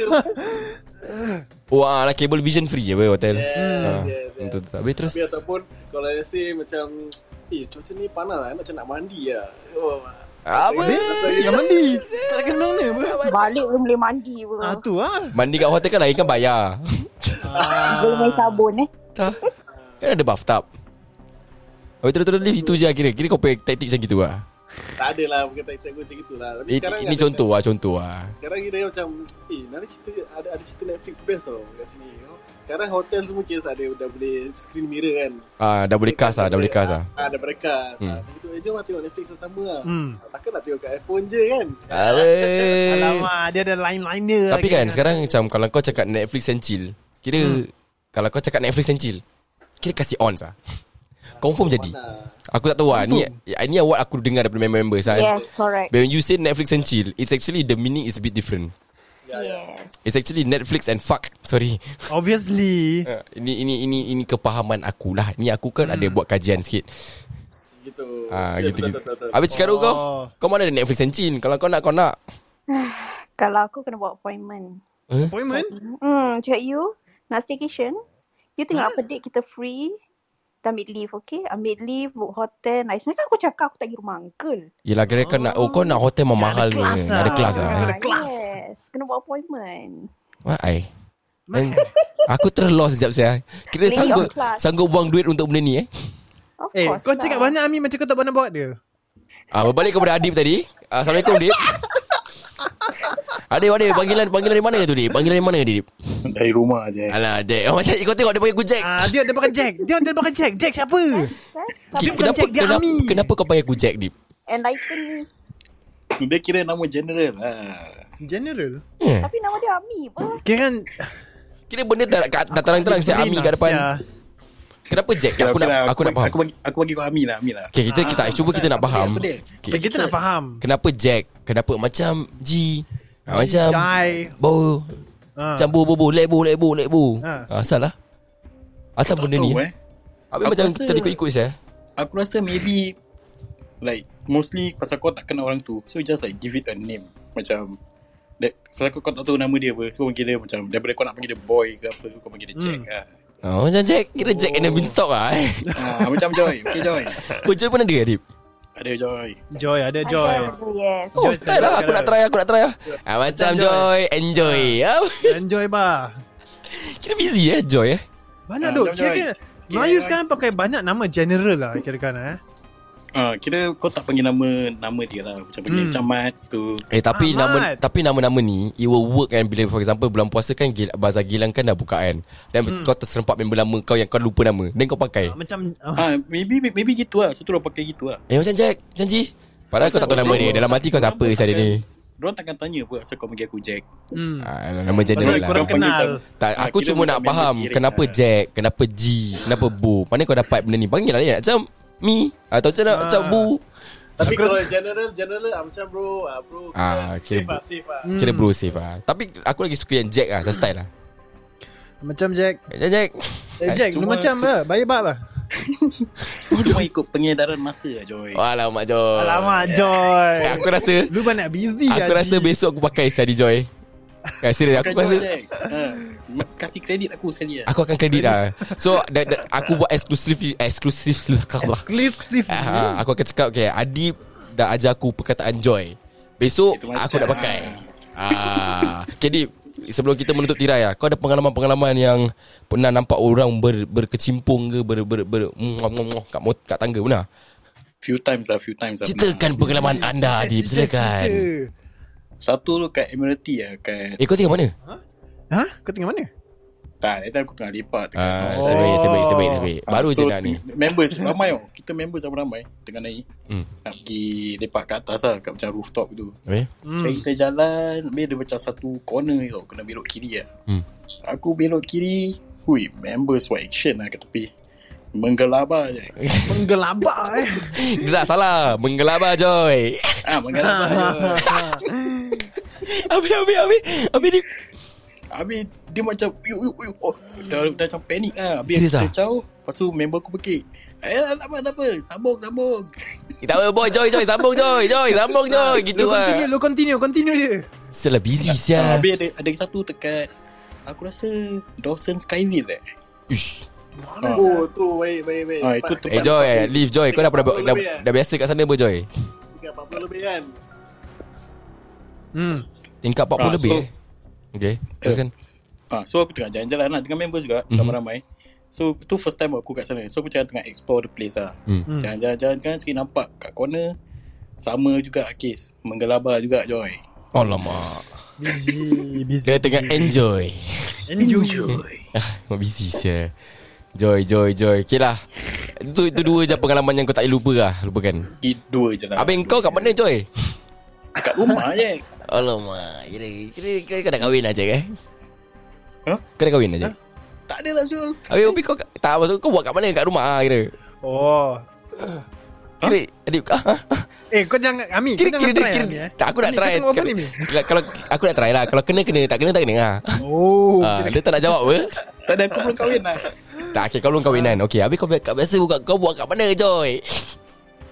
S5: Oh ah lah Cable vision free je Habis hotel
S7: yeah,
S5: Ah,
S7: yeah, yeah.
S5: betul, betul. Habis terus
S7: Tapi ataupun kalau let's say macam Eh cuaca ni panas lah Macam nak mandi lah oh,
S5: Apa
S4: Yang mandi. Tak kena mana apa?
S6: Balik belum boleh mandi pun.
S4: Ah, tu lah.
S5: Mandi kat hotel kan lain kan bayar
S6: Belum main sabun eh.
S5: Tak Kan ada bathtub Habis terus terus Alif, Itu je lah kira Kira kau pakai taktik macam gitu lah
S7: Tak ada lah Bukan tak ikut macam itulah Tapi
S5: Ini,
S7: sekarang
S5: ini
S7: ada-
S5: contoh lah Contoh lah
S7: Sekarang kita macam Eh nanti cerita Ada ada cerita Netflix best tau Kat sini Oh, Sekarang hotel semua kes ada Dah boleh screen mirror kan
S5: Ah, dah boleh cast lah Dah boleh cast lah
S7: Ah, dah boleh cast
S5: Hmm.
S7: hmm. Begitu eh, jom lah tengok Netflix sama lah
S4: Hmm.
S7: Takkan nak tengok kat iPhone je kan
S5: Alamak
S4: Alamak, dia ada line-line dia.
S5: Eh. Tapi kan sekarang macam Kalau kau cakap Netflix and chill Kira Kalau kau cakap Netflix and chill Kira kasih on sah Confirm jadi
S7: Mana
S5: Aku tak tahu lah Ni, ni what aku dengar Daripada member-member sah
S6: Yes, correct.
S5: When you say Netflix and chill It's actually The meaning is a bit different
S6: Yes.
S5: It's actually Netflix and fuck Sorry
S4: Obviously.
S5: Ah, Ini ini ini ini kepahaman aku lah Ni aku kan ada buat kajian sikit
S7: Gitu
S5: Ah gitu
S7: Hmm. Ya, betul,
S5: gitu.
S7: betul, betul, betul.
S5: Habis sekarang kau
S4: Oh.
S5: kau mana ada Netflix and chill. Kalau kau nak kau nak.
S6: Kalau aku kena buat appointment.
S4: Appointment?
S6: Hmm, cakap you nak staycation, you tengok apa date kita free, kita ambil leave, okay? Ambil leave, book hotel. Nah, sebenarnya kan aku cakap aku tak pergi rumah uncle.
S5: Yelah kira kau nak oh kau nak hotel
S4: Ada
S5: mah mahal ni.
S4: kelas lah.
S5: Ada kelas lah.
S4: Ada kelas.
S6: Yes, kena buat appointment.
S5: Wah ai. Dan aku terlost sekejap saya. Kira
S6: Lady
S5: sanggup
S6: of class.
S5: sanggup buang duit untuk benda ni eh.
S6: Of
S4: Eh,
S6: course
S4: kau
S6: lah.
S4: cakap banyak Ami macam kau tak pernah buat dia.
S5: Ah berbalik kepada Adib tadi. Ah, Assalamualaikum Adib. Adib, Adib, panggilan panggilan dari mana tu Dip? Panggilan dari mana Dip?
S8: Dari rumah je
S5: Alah, Dip. Oh, macam kau tengok dia pakai Gojek.
S4: Ah, dia dia pakai Jack. Dia dia pakai Jack. Jack siapa?
S6: Eh,
S5: Dip,
S6: Siapa
S4: bukan
S5: kenapa,
S4: Jack, dia
S5: kenapa,
S4: Ami.
S5: kenapa kau pakai Gojek Dip?
S6: enlighten ni?
S8: Dia kira nama general lah
S4: General.
S5: Hmm.
S6: Tapi nama dia Ami apa?
S4: Kira kan
S5: Kira benda tak, tak, tak terang-terang Siap Ami kat
S4: ya.
S5: depan Kenapa Jack? Aku nak aku nak faham
S8: Aku bagi, aku bagi kau Ami lah Ami lah
S5: Okay, kita, kita cuba kita nak faham. Okay.
S4: Kita nak faham.
S5: Kenapa Jack? Kenapa macam G? Ah, macam
S4: Jai.
S5: bo,
S4: Ah.
S5: macam bo bo bo, let bo let bo let bo.
S4: Ha.
S5: Ah, asal lah. Asal benda ni? Eh?
S8: Tahu, eh.
S5: Habis
S8: Aku
S5: macam
S8: rasa-
S5: kita ikut-ikut eh. saya.
S8: Aku rasa maybe Like Mostly pasal kau tak kenal orang tu So you just like give it a name Macam that, Pasal kau, kau tak tahu nama dia apa So panggil dia macam Daripada kau nak panggil dia boy ke apa Kau panggil dia Jack
S4: Hmm.
S8: lah
S5: Oh, macam Jack. Kira Jack and the Beanstalk lah eh.
S8: ah, Macam Joy Okay Joy
S5: Oh, Jack pun ada Adib?
S8: Ada Joy
S4: Joy, ada Joy.
S6: Ada, Yes.
S5: Oh,
S4: Joy
S5: style lah. Aku nak try, aku nak try lah. Ah, macam
S4: Macam
S5: Joy. Enjoy. Ah,
S4: Enjoy bah.
S5: kira busy eh, Joy eh.
S4: Banyak
S8: Ah,
S4: duk.
S8: Joy,
S4: Kira
S8: Joy.
S4: kira kan- Melayu
S8: Joy.
S4: sekarang pakai banyak nama general lah kira kan eh.
S8: ah, Kira kau tak panggil nama Nama dia lah Macam panggil
S4: Hmm.
S8: macam Mat tu
S5: Eh, tapi
S4: Ahmad.
S5: nama tapi nama-nama ni, it will work kan. Bila, for example, bulan puasa kan, Gil- Bazar Gilang kan dah buka kan. Dan
S4: Hmm.
S5: kau terserempak member lama kau yang kau lupa nama. Then kau pakai.
S4: Macam ah,
S8: Ah, maybe maybe gitu lah. So tu orang pakai gitu lah.
S5: Eh macam Jack Janji Padahal kau tak tahu nama dia Dalam hati kau siapa saya ni
S8: Diorang takkan tanya pun asal kau panggil aku Jack.
S4: hmm.
S5: Ah, Nama general
S4: Pasal
S5: lah
S4: korang
S8: Kau panggil
S4: kenal.
S8: macam-
S5: tak,
S8: Ah,
S5: aku
S8: kira
S5: cuma
S8: bukan
S5: nak
S8: member
S5: faham
S8: direct
S5: Kenapa
S4: Ah.
S8: lah.
S5: Jack Kenapa G Kenapa Bo Mana kau dapat benda ni Panggil lah dia Macam Me Atau macam, macam
S4: Ah.
S5: Bu
S7: Tapi kalau general General lah macam bro ah, Bro
S5: Ah, okay.
S7: Safe lah Safe lah
S4: Hmm.
S5: Kira bro safe lah Tapi aku lagi suka yang Jack lah Macam style lah
S4: Macam Jack.
S5: Jack Jack
S4: Eh, Jack, lu
S8: Cuma-
S4: macam lah. Baik bab lah.
S8: Cuma ikut pengedaran masa lah Joy.
S5: Alamak Joy
S4: Alamak, Joy.
S5: Eh, Aku rasa
S4: Lu banyak busy
S5: Aku
S4: Haji.
S5: rasa besok aku pakai Sadi Joy Eh, serius
S8: Bukan
S5: aku
S8: Joy,
S5: rasa
S8: Jack. Ha. Ma- Kasih kredit aku sekali lah.
S5: Aku akan kredit lah So da, da, Aku buat eksklusif Eksklusif lah
S4: Eksklusif
S5: Ah, aku akan cakap okay, Adib dah ajar aku perkataan joy. Besok
S8: Itu
S5: aku
S8: macam.
S5: nak pakai. Ah, okay, Adib. sebelum kita menutup tirai lah, kau ada pengalaman-pengalaman yang pernah nampak orang ber, berkecimpung ke ber, ber, ber muah, muah, muah, kat, mot- kat tangga pernah?
S8: Few times lah, few times lah.
S5: Ceritakan pengalaman anda, Adib. Silakan.
S8: Satu tu kat Admiralty lah, kat...
S5: Eh, kau tinggal mana?
S4: Ha? Kau tengah mana?
S8: Tak, that time aku tengah lepak. dekat
S5: Ah,
S4: Oh.
S8: North Side.
S5: sebaik, sebaik, sebaik, sebaik.
S8: Ah,
S5: Baru je
S8: so,
S5: nak ni.
S8: Members ramai tau. Kita members ramai-ramai tengah naik.
S5: Hmm.
S8: Nak pergi lepak kat atas lah, kat macam rooftop tu.
S5: Habis?
S8: Hmm.
S4: Hmm.
S8: kita jalan, habis ada macam satu corner je tau, kena belok kiri lah.
S5: Hmm.
S8: Aku belok kiri, hui, members buat action lah kat tepi. Menggelabah je.
S4: Menggelabak eh.
S5: Dia tak salah. Menggelabah, Joy.
S8: Ah, menggelabah je.
S5: Habis, habis, habis. Habis ni.
S8: Habis dia macam, yuk, yuk, yuk. Oh, dah, dah macam panik lah. Habis
S5: Serius
S8: kita
S5: ah?
S8: jauh, lepas tu member aku pekik. Eh, tak apa, tak apa. Sambung, sambung.
S5: Eh, Tak apa, boy. Joy, Joy. Sambung, Joy. Joy, sambung, Joy. Gitu
S4: Lu continue,
S5: lah.
S4: lu continue, continue je.
S5: Selah busy,
S8: Yeah.
S5: siya.
S8: Habis ada, ada satu dekat, aku rasa Dawson Skyville eh.
S5: Ish.
S8: Ah.
S7: Oh, tu baik, baik, baik.
S8: Ah, itu tu.
S5: Eh, Joy. Leave, Joy. Kau dah, dah, dah, dah, dah biasa kat sana, apa, Joy?
S7: Dekat 40 lebih kan.
S4: Hmm.
S5: Tingkat 40
S8: Ah, so-
S5: lebih eh. Okay. Teruskan.
S8: Ha, so aku tengah jalan-jalan lah dengan members juga
S5: Mhm.
S8: mm-hmm. ramai-ramai. So tu first time aku kat sana. So aku macam tengah explore the place lah.
S4: Hmm.
S8: Jalan-jalan-jalan kan sekali nampak kat corner sama juga kes menggelabah juga Joy.
S5: Alamak.
S4: Busy, busy.
S5: Dia tengah enjoy.
S4: Enjoy.
S5: Oh, busy siya. Joy, joy, joy. Okay lah. Itu, itu dua je pengalaman yang kau tak boleh lupa lah. Lupakan.
S8: It dua je lah.
S5: Abang kau kat mana, Joy?
S8: Kat rumah je.
S5: Alamak. Kira, kira, kira kau dah kahwin aja eh?
S8: Huh?
S5: Kau dah kahwin lah, aja?
S8: Tak ada lah Zul.
S5: Habis, habis kau kat- tak masuk kau buat kat mana kat rumah ah kira.
S4: Oh.
S5: Kira adik ah,
S4: Eh, kau jangan Ami,
S5: kira
S4: kau
S5: kira
S4: jangan
S5: dia
S4: try
S5: kira,
S4: Ami, eh.
S5: tak aku nak
S4: Ami,
S5: try.
S4: Kau tengok apa
S5: Kal-
S4: ni? Ami?
S5: kal- Kalau aku nak try lah. Kalau kena kena, tak kena tak kena ah.
S4: Oh.
S5: Ah, dia tak nak jawab apa.
S8: Tak ada aku belum kahwin lah.
S5: Tak, okay, kau belum kahwinan. Okey, habis kau, kau biasa buka, kau buat kat mana, Joy?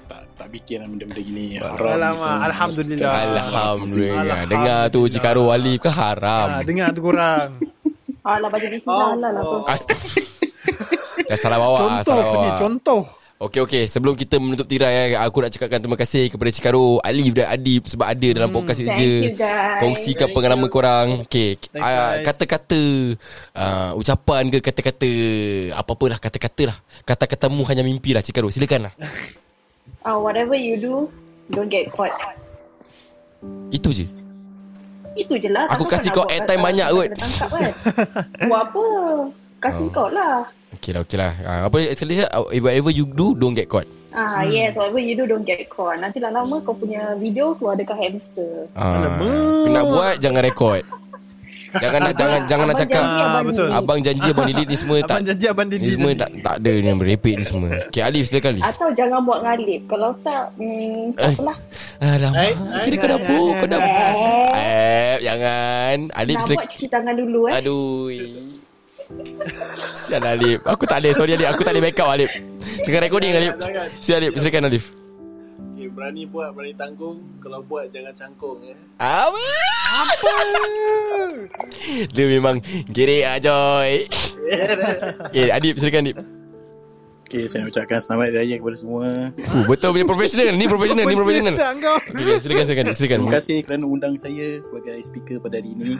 S8: tak tak fikir lah benda-benda gini.
S5: Alamak,
S8: Haram ni semua.
S4: Alhamdulillah. Ah,
S5: Alhamdulillah.
S4: Alhamdulillah.
S5: Dengar tu, Cikaro Wali ke haram.
S4: Ah, dengar tu korang.
S6: Alah baca bismillah lah lah.
S4: Oh.
S7: Allah.
S5: Astagfirullah. Dah salah bawa. ah,
S4: Contoh
S5: salah bawa.
S4: ni, contoh.
S5: Okey okey, sebelum kita menutup tirai eh, aku nak cakapkan terima kasih kepada Cikaro, Alif dan Adib sebab ada dalam podcast
S6: Hmm, Thank
S5: je.
S6: you guys.
S5: Kongsikan pengalaman korang. Okey,
S4: Thanks,
S5: ah,
S4: guys.
S5: kata-kata ah, ucapan ke kata-kata apa-apalah kata-kata lah. Kata-katamu hanya mimpi lah Cikaro. Silakan lah.
S6: Uh, whatever you do, don't get caught.
S5: Itu je.
S6: Itu je lah.
S5: Aku
S6: Takkan
S5: kasih
S6: nak
S5: kau
S6: buat-
S5: airtime
S6: uh,
S5: banyak
S6: kena
S5: kot.
S6: tangkap kan. Buat apa? Kasih
S5: Oh.
S6: kau lah.
S5: Okey lah, okey lah. Ah, apa actually whatever you do don't get caught.
S6: Ah yes, whatever you do don't get caught. Nanti lama-lama kau punya video keluar dekat hamster.
S5: Ah,
S4: Alamak.
S5: nak buat jangan rekod. Jangan nak jangan jangan nak
S6: Abang
S5: cakap. "Ah,
S6: janji, abang
S4: betul.
S6: ni.
S5: Abang janji abang delete ni semua
S4: Abang
S5: tak
S4: janji abang Didi.
S5: Ni semua tak, tak ada ni yang merepek ni semua. Okay, Alif silakan Alif.
S6: Atau jangan buat ngalip. Kalau tak, hmm, tak
S5: Eh.
S6: apalah.
S5: Alamak, kira kau dah pun, kau dah
S6: Eh,
S5: Eh, jangan. Alif
S6: nak buat
S5: silakan.
S6: cuci tangan dulu eh.
S5: Aduh. Sial Alif. Aku tak boleh, sorry Alif. Aku tak boleh backup Alif. Tengah recording Alif.
S7: Jangan,
S5: Sial Alif, silakan Alif.
S7: Okay, berani buat, berani tanggung. Kalau buat, jangan cangkung. Eh.
S5: Apa? Apa? Dia memang gerik ah Joy. Okay, Adib silakan Adib.
S8: Okay, saya nak ucapkan selamat hari raya kepada semua.
S5: Fuh, betul punya professional. Ni professional, ni professional.
S4: Betul kau.
S5: Okay, silakan silakan Adib, silakan.
S8: Terima kasih kerana undang saya sebagai speaker pada hari ini.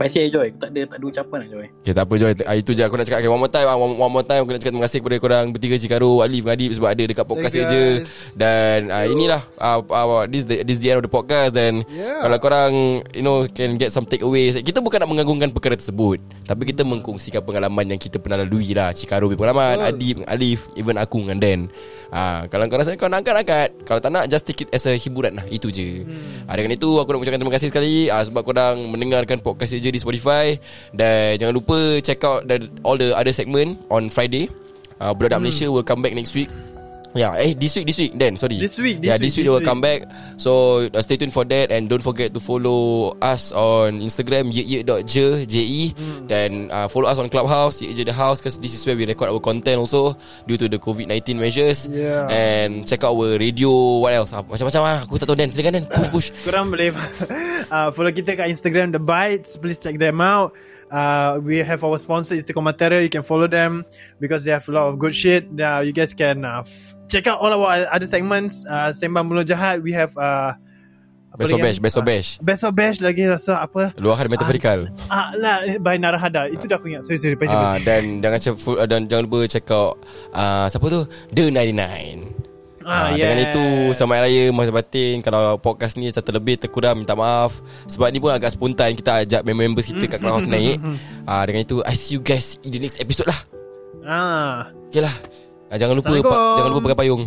S8: Pasal Joy, tak ada tak ada ucapan lah Joy.
S5: Okay tak apa Joy Ah, Itu je aku nak cakap okay, One more time ah, one, one more time Aku nak cakap terima kasih kepada korang Bertiga Cikaro Alif Adib Sebab ada dekat podcast
S4: Thanks,
S5: je
S4: guys.
S5: Dan uh, inilah uh, uh, this, the, this the end of the podcast Dan yeah.
S4: Yeah.
S5: Kalau korang You know Can get some takeaways Kita bukan nak mengagungkan perkara tersebut Tapi kita mengkongsikan pengalaman Yang kita pernah lalui lah Cikaro punya pengalaman Adib Alif Even aku dengan Dan uh, Kalau kau rasa kau nak angkat Angkat Kalau tak nak Just take it as a hiburan lah Itu je hmm. uh, Dengan itu Aku nak ucapkan terima kasih sekali uh, Sebab korang mendengarkan podcast je Di Spotify Dan jangan lupa Check out the, all the other segment On Friday uh, Budak hmm. Malaysia will come back next week Yeah, eh this week, this week Dan, sorry
S4: This week, this
S5: yeah,
S4: week,
S5: this week
S4: this
S5: they will
S4: week.
S5: come back So uh, stay tuned for that And don't forget to follow us on Instagram Ye.je J-E E,
S4: Hmm.
S5: Then uh, follow us on Clubhouse Ye.je The House Because this is where we record our content also Due to the COVID-19 measures
S4: Yeah.
S5: And check out our radio What else? Ah, Macam-macam lah Aku tak tahu Dan Silakan Dan Push push
S4: Korang boleh uh, follow kita kat Instagram The Bites. Please check them out. Uh, we have our sponsor Istiqomah Terror. You can follow them because they have a lot of good shit. Uh, you guys can uh, f- check out all our other segments. Uh, Sembang Mulut Jahat. We have uh, Apa
S5: Best of
S4: lagi
S5: bash
S4: yang-
S5: Best of
S4: ah,
S5: bash
S4: Best of Bash lagi rasa apa
S5: Luahan metaphorical
S4: Ah lah By Narahada Itu dah aku ingat Sorry sorry Pasal
S5: Ah dan jangan cek full, dan jangan lupa check out ah siapa tu The 99. Ah, Dengan itu Selamat Hari Raya Masa Batin Kalau podcast ni Satu lebih terkurang Minta maaf Sebab ni pun agak spontan Kita ajak member-member kita Kat Clubhouse naik ah, Dengan itu I see you guys In the next episode lah
S4: Ah
S5: Okay lah ah, Jangan lupa
S4: Assalamualaikum.
S5: pa- Jangan lupa pakai payung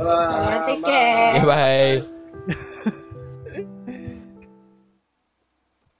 S6: Take care.
S5: Okay bye